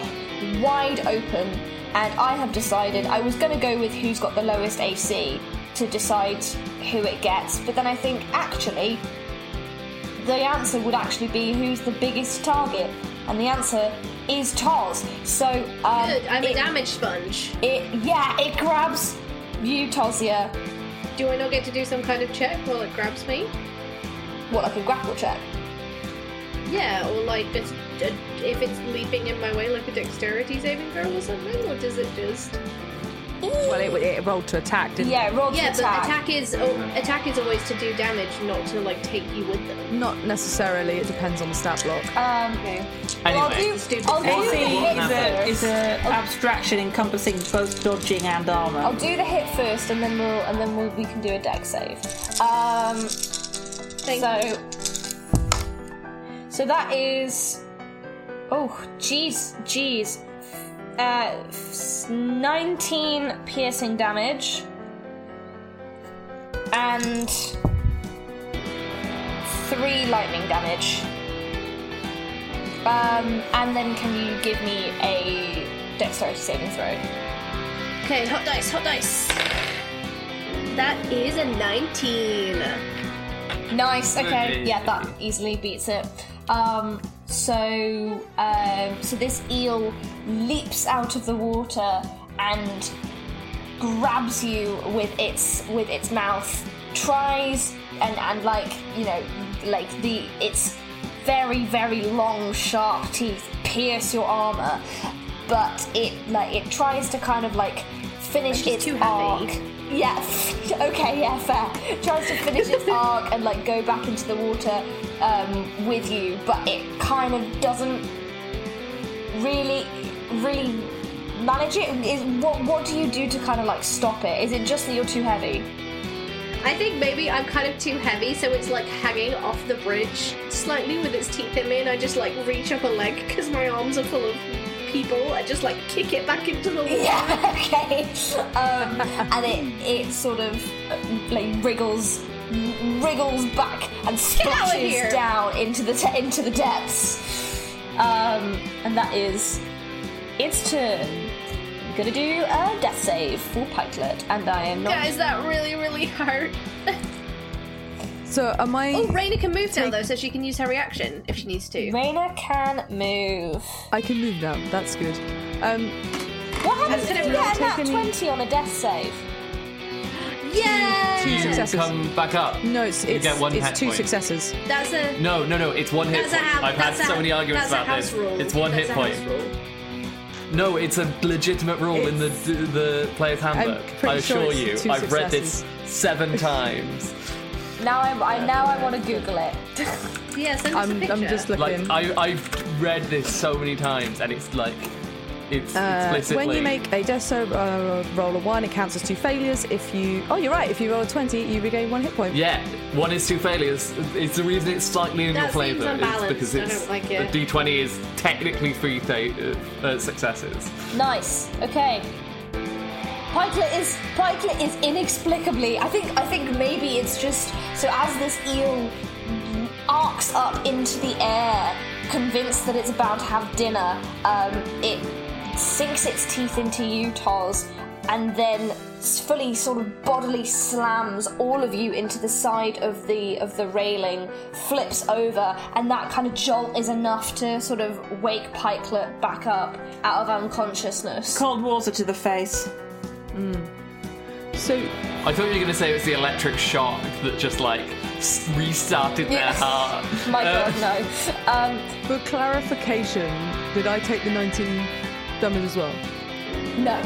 Speaker 7: wide open, and I have decided I was going to go with who's got the lowest AC to decide who it gets. But then I think actually the answer would actually be who's the biggest target, and the answer is Toz. So um,
Speaker 4: Good, I'm a
Speaker 7: damage sponge. It yeah, it grabs you, Tozia.
Speaker 4: Do I not get to do some kind of check while it grabs me?
Speaker 7: What like a grapple check?
Speaker 4: Yeah, or like it's, uh, if it's leaping in my way, like a dexterity saving throw or something, or does it just?
Speaker 9: Well, it, it rolled to attack, didn't it?
Speaker 4: yeah, but attack is oh, attack is always to do damage, not to like take you with them.
Speaker 9: Not necessarily. It depends on the stat block.
Speaker 7: Um,
Speaker 4: Well, I'll Anyway. do- Stupid. I'll do
Speaker 8: AC
Speaker 7: the
Speaker 8: is a,
Speaker 7: hit
Speaker 8: is a abstraction encompassing both dodging and armor.
Speaker 7: I'll do the hit first, and then we'll and then we'll, we can do a deck save. Um, so so that is oh jeez jeez, uh, f- nineteen piercing damage, and three lightning damage. Um, and then can you give me a dexterity saving throw?
Speaker 4: Okay, hot dice, hot dice. That is a 19.
Speaker 7: Nice. Okay.
Speaker 4: Okay.
Speaker 7: Yeah, that easily beats it. Um, so, um, so this eel leaps out of the water and grabs you with its with its mouth. Tries and and like you know, like the its very very long sharp teeth pierce your armor, but it like it tries to kind of like finish its arc. Yeah. okay. Yeah. <laughs> Fair. Tries to finish its arc and like go back into the water um, with you, but it kind of doesn't really, really manage it. Is what? What do you do to kind of like stop it? Is it just that you're too heavy?
Speaker 4: I think maybe I'm kind of too heavy, so it's like hanging off the bridge slightly with its teeth in me, and I just like reach up a leg because my arms are full of people. I just like kick it back into the water.
Speaker 7: <laughs> Yeah, okay. Um, and it, it sort of uh, like wriggles, wriggles back and
Speaker 4: Get out of here.
Speaker 7: splashes down into the te- into the depths. Um, and that is its turn. I'm gonna do a death save for Pikelet, and I am not.
Speaker 4: Guys, that really, really <laughs> hurt.
Speaker 9: So am I?
Speaker 4: Oh, Raina can move now though, so she can use her reaction if she needs to.
Speaker 7: Raina can move.
Speaker 9: I can move now. That's good. Um,
Speaker 7: What happens if
Speaker 9: Has
Speaker 7: you
Speaker 9: anyone
Speaker 7: get a nat
Speaker 9: taken-
Speaker 7: twenty on a death save?
Speaker 4: Yeah.
Speaker 9: Two successes.
Speaker 2: Come back up.
Speaker 9: No, it's
Speaker 2: You
Speaker 9: it's,
Speaker 2: get one hit
Speaker 9: it's two
Speaker 2: point.
Speaker 9: successes.
Speaker 4: That's a
Speaker 2: No, no, no. It's one hit
Speaker 4: That's a
Speaker 2: point.
Speaker 4: house-
Speaker 2: I've had
Speaker 4: that's a-
Speaker 2: so many arguments
Speaker 4: that's a
Speaker 2: about
Speaker 4: house
Speaker 2: this.
Speaker 4: rule.
Speaker 2: It's one
Speaker 4: That's
Speaker 2: hit
Speaker 4: a
Speaker 2: point.
Speaker 4: house rule.
Speaker 2: No, it's a legitimate rule in the the player's handbook.
Speaker 7: pretty
Speaker 2: I
Speaker 7: sure
Speaker 2: assure
Speaker 7: it's
Speaker 2: you,
Speaker 7: two
Speaker 2: I've read this
Speaker 9: <laughs>
Speaker 2: seven times.
Speaker 7: Now I, I now I want to Google it.
Speaker 4: yeah, send
Speaker 9: us a I'm- I'm picture. just
Speaker 2: Like I, I've read this so many times, and it's like it's
Speaker 9: Uh,
Speaker 2: explicitly.
Speaker 9: when you make a death save uh, roll a one, it counts as two failures. If you, oh, you're right. If you roll a twenty, you regain one hit point.
Speaker 2: yeah, one is two failures. It's the reason it's slightly in
Speaker 9: That
Speaker 2: your
Speaker 9: seems
Speaker 2: flavour. It's
Speaker 9: unbalanced.
Speaker 2: because
Speaker 9: I
Speaker 2: it's
Speaker 9: don't like it.
Speaker 2: the D twenty is technically three fa- uh, uh, successes.
Speaker 7: Nice. Okay. Pikelet is Pikelet is inexplicably. I think I think maybe it's just so as this eel arcs up into the air, convinced that it's about to have dinner. Um, it sinks its teeth into you, Toz, and then s- fully sort of bodily slams all of you into the side of the of the railing, flips over, and that kind of jolt is enough to sort of wake Pikelet back up out of unconsciousness.
Speaker 8: Cold water to the face.
Speaker 9: So
Speaker 2: I thought you were going to say it was the electric shock that just like s- restarted their
Speaker 7: Yeah.
Speaker 2: heart.
Speaker 7: My
Speaker 2: Uh,
Speaker 7: God, no. Um,
Speaker 9: For clarification, did I take the nineteen damage as well?
Speaker 7: No.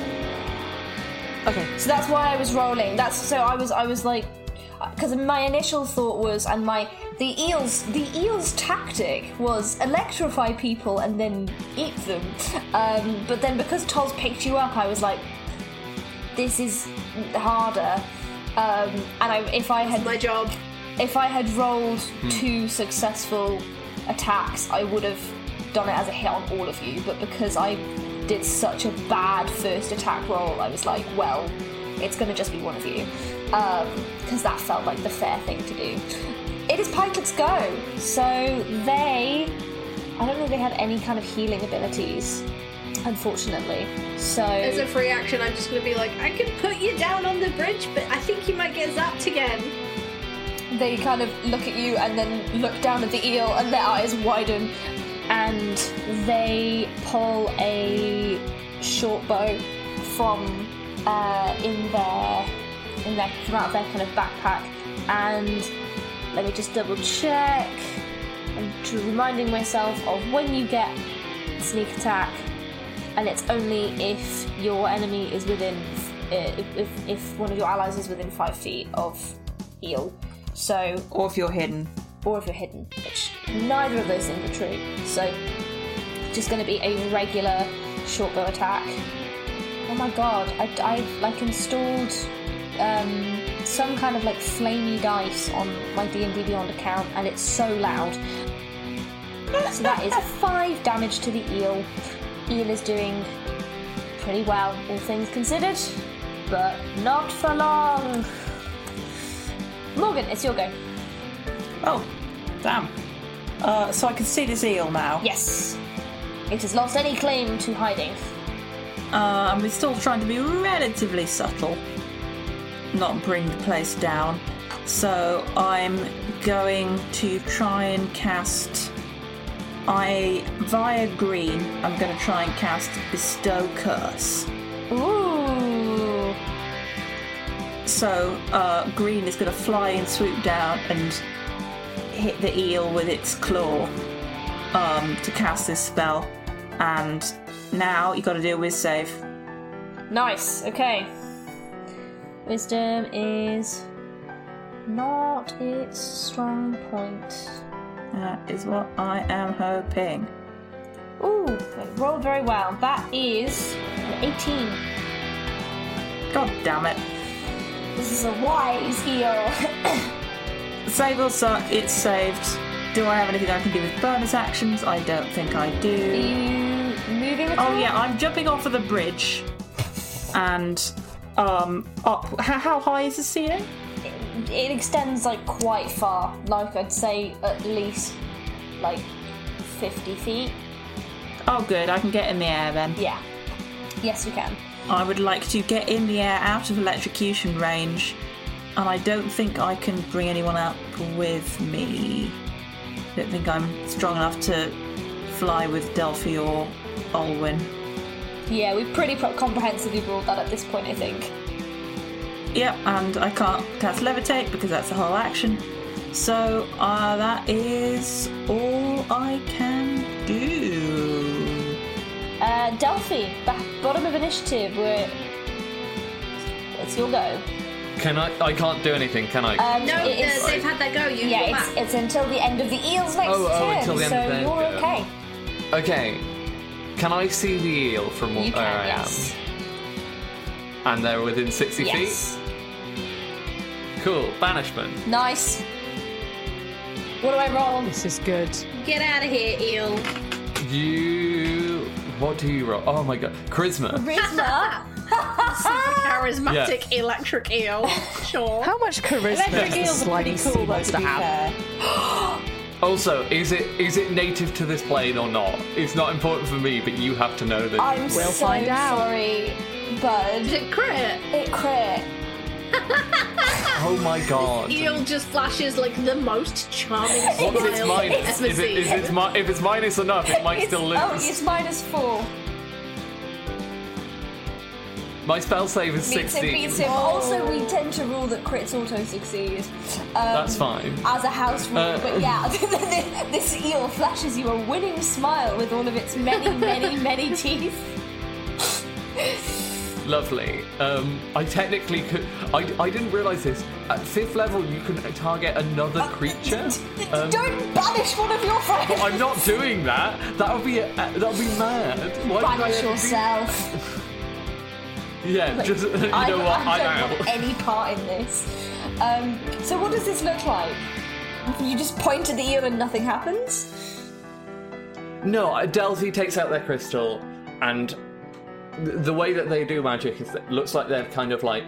Speaker 9: Okay.
Speaker 7: So that's why I was rolling. That's so I was I was like because my initial thought was and my the eels the eels tactic was electrify people and then eat them. Um, but then because Toz picked you up, I was like, this is harder. Um, and I, if I had my
Speaker 4: job,
Speaker 7: if I had rolled
Speaker 4: Hmm.
Speaker 7: two successful attacks, I would have done it as a hit on all of you. But because I did such a bad first attack roll, I was like, well, it's going to just be one of you, because that felt like the fair thing to do. It is Pikelet's go, so they. I don't think they had any kind of healing abilities, unfortunately. So
Speaker 4: As a free action, I'm just gonna be like, I can put you down on the bridge, but I think you might get zapped again.
Speaker 7: They kind of look at you and then look down at the eel, and their eyes widen, and they pull a short bow from uh, in their in their from out of their kind of backpack, and let me just double check. I'm just reminding myself of when you get sneak attack, and it's only if your enemy is within, uh, if, if, if one of your allies is within five feet of eel. So,
Speaker 8: Or if you're hidden.
Speaker 7: or if you're hidden, which neither of those things are true. So, just going to be a regular short bow attack. Oh my god, I, I like installed um, some kind of like flamey dice on my D&D Beyond account, and it's so loud. So that is five damage to the eel. Eel is doing pretty well, all things considered, but not for long. Morgan, it's your go.
Speaker 8: Oh, damn. Uh, so I can see this eel now.
Speaker 7: Yes. It has lost any claim to hiding.
Speaker 8: Uh, and we're still trying to be relatively subtle, not bring the place down. So I'm going to try and cast. I via green. I'm going to try and cast bestow curse.
Speaker 7: Ooh.
Speaker 8: So uh, green is going to fly and swoop down and hit the eel with its claw um, to cast this spell. And now you got to do a whiz save.
Speaker 7: Nice, okay. Wisdom is not its strong point.
Speaker 8: That is what I am hoping.
Speaker 7: Ooh, it rolled very well. That is an 18.
Speaker 8: God damn it.
Speaker 7: This is a wise E eel.
Speaker 8: Save or suck, it's saved. Do I have anything I can do with bonus actions? I don't think I do.
Speaker 7: <laughs>
Speaker 8: Are
Speaker 7: you moving at
Speaker 8: Oh, yeah, I'm jumping off of the bridge. And, um, up. H- How high is the ceiling?
Speaker 7: It extends like quite far. Like I'd say at least like 50 feet.
Speaker 8: Oh, good, I can get in the air then.
Speaker 7: Yeah. Yes, you can.
Speaker 8: I would like to get in the air out of electrocution range, and I don't think I can bring anyone up with me. I don't think I'm strong enough to fly with Delphi or Olwyn.
Speaker 7: Yeah, we've pretty pro- comprehensively ruled that at this point, I think.
Speaker 8: Yep, and I can't cast levitate because that's a whole action. So uh, that is all I can do.
Speaker 7: Uh, Delphi, back bottom of initiative. We're... It's your go.
Speaker 2: Can I? I can't do anything, can I?
Speaker 7: Um,
Speaker 4: No,
Speaker 7: it is-
Speaker 4: the- Oh, they've had their go. You
Speaker 7: yeah,
Speaker 4: go
Speaker 7: it's, it's until the end of the eel's next
Speaker 2: Oh, oh,
Speaker 7: turn,
Speaker 2: until the end
Speaker 7: so
Speaker 2: of their
Speaker 7: you're
Speaker 2: turn.
Speaker 7: okay.
Speaker 2: Okay. Can I see the eel from where
Speaker 7: You can,
Speaker 2: I
Speaker 7: yes.
Speaker 2: um, am? And they're within 60
Speaker 7: Yes.
Speaker 2: feet? Cool. Banishment.
Speaker 7: Nice. What do I roll?
Speaker 9: This is good.
Speaker 4: Get out of here, eel.
Speaker 2: You. What do you roll? Oh my god. Charisma.
Speaker 7: Charisma.
Speaker 4: Super
Speaker 7: Ah!
Speaker 4: charismatic electric
Speaker 7: <laughs>
Speaker 4: eel. Sure.
Speaker 9: How much charisma
Speaker 4: Electric
Speaker 9: does
Speaker 4: eels
Speaker 9: the
Speaker 4: are pretty
Speaker 9: slimy sea monster have?
Speaker 2: Also, is it is it native to this plane or not? It's not important for me, but you have to know that.
Speaker 7: I'm so sorry,
Speaker 4: <laughs>
Speaker 7: bud. Did
Speaker 4: it crit?
Speaker 7: It crit.
Speaker 2: Oh my god.
Speaker 4: Eel just flashes like the most charming smile.
Speaker 2: What's its minus?
Speaker 4: I've
Speaker 2: If, it,
Speaker 4: seen.
Speaker 2: if, it's mi- if it's minus enough, it might
Speaker 7: It's-
Speaker 2: still
Speaker 7: Oh,
Speaker 2: lose.
Speaker 7: it's minus four.
Speaker 2: My spell save is
Speaker 7: Beats
Speaker 2: 16.
Speaker 7: him, beats him. Also, we tend to rule that crits auto succeed. Um,
Speaker 2: That's fine.
Speaker 7: As a house rule,
Speaker 2: Uh,
Speaker 7: but yeah, <laughs> this eel flashes you a winning smile with all of its many, many, many teeth.
Speaker 2: Lovely. Um, I technically could. I, I didn't realize this. At fifth level, you can target another <laughs> creature. Um,
Speaker 7: Uh, Don't banish one of your friends.
Speaker 2: But I'm not doing that. That would be uh, that would be mad. Why did I
Speaker 7: Banish
Speaker 2: ever do-
Speaker 7: yourself.
Speaker 2: Yeah, just <laughs> you know
Speaker 7: I,
Speaker 2: what?
Speaker 7: I don't
Speaker 2: I'm
Speaker 7: want
Speaker 2: out.
Speaker 7: any part in this. Um, so what does this look like? You just point at the eel and nothing happens.
Speaker 2: No, uh, Delphi takes out their crystal, and th- the way that they do magic is that it looks like they've kind of like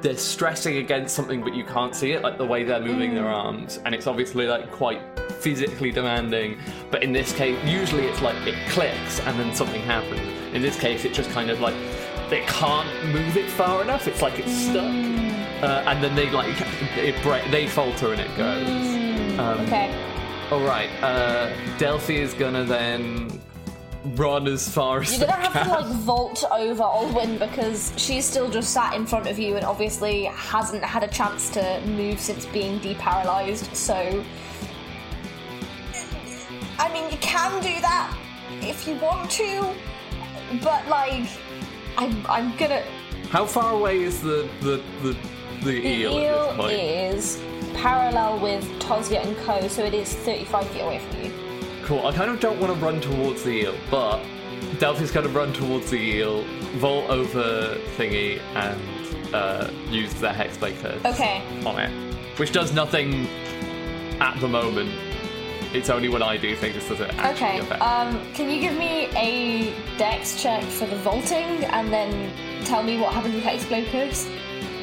Speaker 2: they're stressing against something but you can't see it, like the way they're moving their arms, and it's obviously like quite physically demanding. But in this case, usually it's like it clicks and then something happens. In this case, it just kind of like it can't move it far enough. It's like it's stuck, uh, and then they like it break, they falter and it goes. Um,
Speaker 7: Okay.
Speaker 2: All right. Uh, Delphi is gonna then run as far as
Speaker 7: You're gonna
Speaker 2: they
Speaker 7: have to
Speaker 2: can.
Speaker 7: like vault over Olwyn because she's still just sat in front of you and obviously hasn't had a chance to move since being deparalyzed. So, I mean, you can do that if you want to, but like, I'm I'm gonna.
Speaker 2: How far away is the the the, the
Speaker 7: The
Speaker 2: eel, at this
Speaker 7: eel
Speaker 2: point?
Speaker 7: is parallel with Tosvia and Co, so it is 35 feet away from you.
Speaker 2: Cool. I kind of don't want to run towards the eel, but Delphi's going to run towards the eel, vault over thingy, and uh, use the hexblade curse
Speaker 7: Okay.
Speaker 2: on it, which does nothing at the moment. It's only when I do things does it.
Speaker 7: Okay.
Speaker 2: Actually affect.
Speaker 7: Um, can you give me a dex check for the vaulting and then tell me what happens with hexblade curves?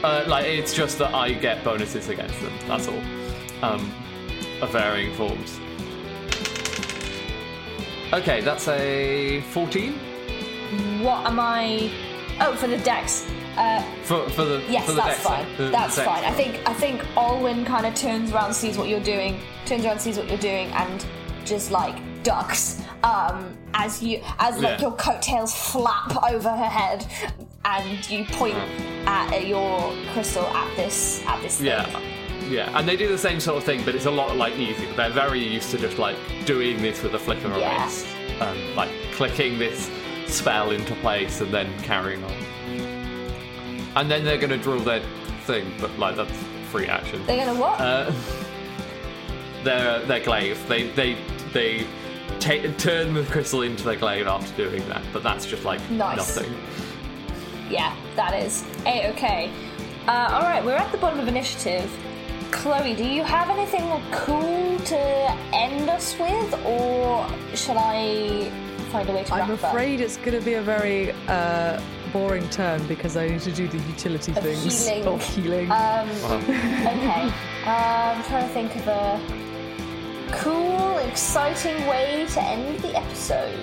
Speaker 2: Uh, like it's just that I get bonuses against them. That's all. Um, of varying forms. Okay, that's a fourteen
Speaker 7: What am I? Oh, for the dex. Uh,
Speaker 2: for for the
Speaker 7: yes,
Speaker 2: for the
Speaker 7: that's
Speaker 2: dex
Speaker 7: fine.
Speaker 2: the
Speaker 7: that's
Speaker 2: dex
Speaker 7: fine. I
Speaker 2: roll.
Speaker 7: think I think Olwyn kind of turns around, sees what you're doing, turns around, sees what you're doing, and just like ducks um, as you as like
Speaker 4: Yeah.
Speaker 7: your coattails flap over her head, and you point at, at your crystal at this at this.
Speaker 2: Mm-hmm. Yeah, yeah, and they do the same sort of thing, but it's a lot like easy. They're very used to just like doing this with a flick of a
Speaker 7: Yeah.
Speaker 2: wrist, um, like clicking this spell into place and then carrying on. And then they're going to drill their thing, but like that's free action.
Speaker 7: They're gonna what?
Speaker 2: Uh, <laughs> their their glaive. They they they ta turn the crystal into their glaive after doing that, but that's just like
Speaker 7: Nice.
Speaker 2: nothing.
Speaker 7: Yeah, that is a okay. Uh, all right, we're at the bottom of initiative. Chloe, do you have anything more cool to end us with, or shall I find a way to
Speaker 9: I'm
Speaker 7: wrap
Speaker 9: afraid it's going to be a very uh, boring turn because I need to do the utility
Speaker 7: up? Of
Speaker 9: things
Speaker 7: healing.
Speaker 9: of healing.
Speaker 4: Uh,
Speaker 7: Um, okay. Um, I'm trying to think of a cool, exciting way to end the episode.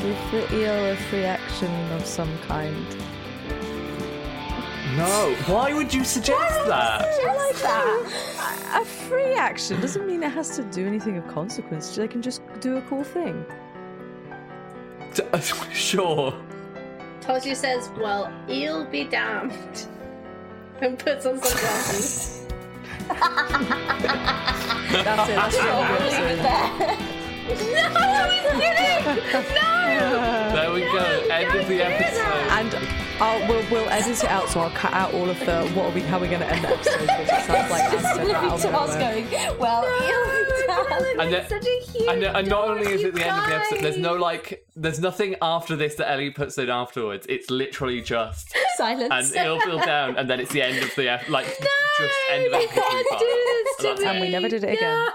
Speaker 9: Give the E eel a free action of some kind.
Speaker 2: No, why would you suggest that?
Speaker 7: I like
Speaker 9: that. A free action doesn't mean it has to do anything of consequence. They can just do a cool thing.
Speaker 2: uh, sure.
Speaker 4: Tosia says, "Well, he'll be damned," and puts on some glasses.
Speaker 9: That's it. That's
Speaker 4: I'll
Speaker 9: what
Speaker 4: leave it there. no, he's kidding. No.
Speaker 2: There we go. End of the episode.
Speaker 9: And I'll, we'll, we'll edit it out, so I'll cut out all of the what are we, how are we going to end the episode? Because it sounds like I've said that out of
Speaker 7: Tom's
Speaker 9: nowhere.
Speaker 7: going, well, he'll
Speaker 2: And, then- and, then- and not only is it the end of the episode, there's no like, there's nothing after this that Ellie puts in afterwards. It's literally just
Speaker 7: <laughs> Silence.
Speaker 2: and it'll feel down, and then it's the end of the ep-
Speaker 7: <laughs>
Speaker 2: like just end of episode five. That's it.
Speaker 9: And we never did it again.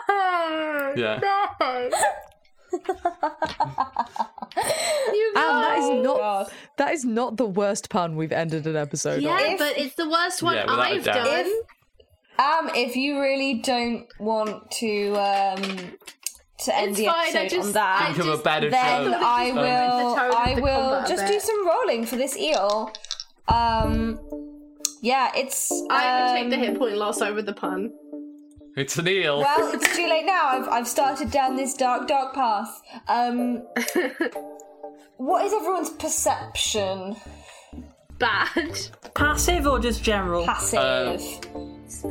Speaker 2: Yeah.
Speaker 9: And that is not that is not the worst pun we've ended an
Speaker 4: <laughs>
Speaker 9: episode
Speaker 4: Yeah,
Speaker 9: on.
Speaker 4: but it's the worst one
Speaker 9: Yeah, without a
Speaker 4: I've
Speaker 9: doubt.
Speaker 4: done.
Speaker 7: If- Um, if you really don't want to um to end
Speaker 4: It's
Speaker 7: the
Speaker 4: fine, I
Speaker 7: episode on
Speaker 4: just-
Speaker 7: that,
Speaker 4: I Think of a just-
Speaker 2: better
Speaker 7: then
Speaker 2: joke.
Speaker 7: I
Speaker 2: Um,
Speaker 7: will.
Speaker 4: The tone of
Speaker 7: I
Speaker 4: the
Speaker 7: will
Speaker 4: combat
Speaker 7: just
Speaker 4: a
Speaker 7: do
Speaker 4: bit.
Speaker 7: some rolling for this eel. Um, yeah, it's.
Speaker 4: I would take
Speaker 7: um,
Speaker 4: the hit point loss over the pun.
Speaker 2: It's an eel.
Speaker 7: Well, it's too late now. I've I've started down this dark, dark path.
Speaker 4: <laughs>
Speaker 7: Um, what is everyone's perception?
Speaker 4: Bad.
Speaker 8: Passive or just general?
Speaker 7: Passive.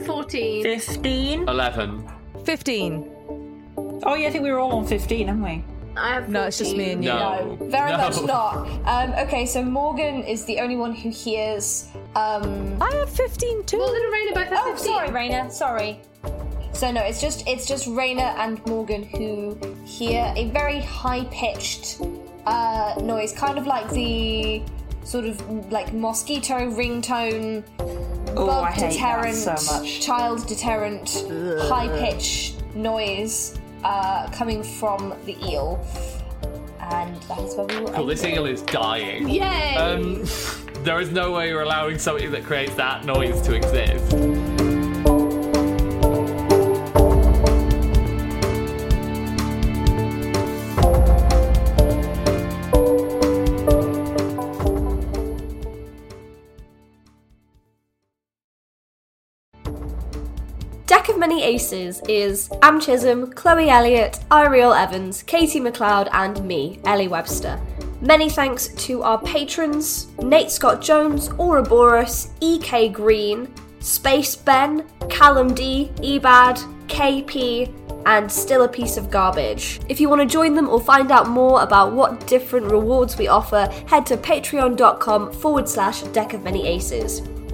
Speaker 4: Fourteen.
Speaker 8: 15.
Speaker 2: Eleven.
Speaker 9: 15.
Speaker 8: Oh, yeah, I think we were all on 15, haven't we?
Speaker 4: I have
Speaker 9: no, it's just me and you.
Speaker 2: No.
Speaker 7: Very
Speaker 8: No.
Speaker 2: <laughs>
Speaker 7: much not. Um, okay, so Morgan is the only one who hears. Um,
Speaker 9: I have fifteen too.
Speaker 4: Well, then Raina both have
Speaker 7: oh, sorry, Raina. Sorry. So no, it's just it's just Raina and Morgan who hear a very high pitched uh, noise, kind of like the sort of like mosquito ringtone,
Speaker 8: Oh,
Speaker 7: bug
Speaker 8: I hate that
Speaker 7: deterrent,
Speaker 8: so much.
Speaker 7: child deterrent,
Speaker 8: Ugh.
Speaker 7: high pitch noise uh, coming from the eel, and that is where we will.
Speaker 2: Cool,
Speaker 7: end
Speaker 2: this
Speaker 7: it.
Speaker 2: eel is dying.
Speaker 7: Yay.
Speaker 2: Um, <laughs> There is no way you're allowing something that creates that noise to exist.
Speaker 1: Deck of Many Aces is Am Chisholm, Chloe Elliott, Ariel Evans, Katie McLeod, and me, Ellie Webster. Many thanks to our patrons Nate Scott Jones, Ouroboros, EK Green, Space Ben, Callum D, Ebad, KP, and Still a Piece of Garbage. If you want to join them or find out more about what different rewards we offer, head to patreon.com forward slash deck of many aces.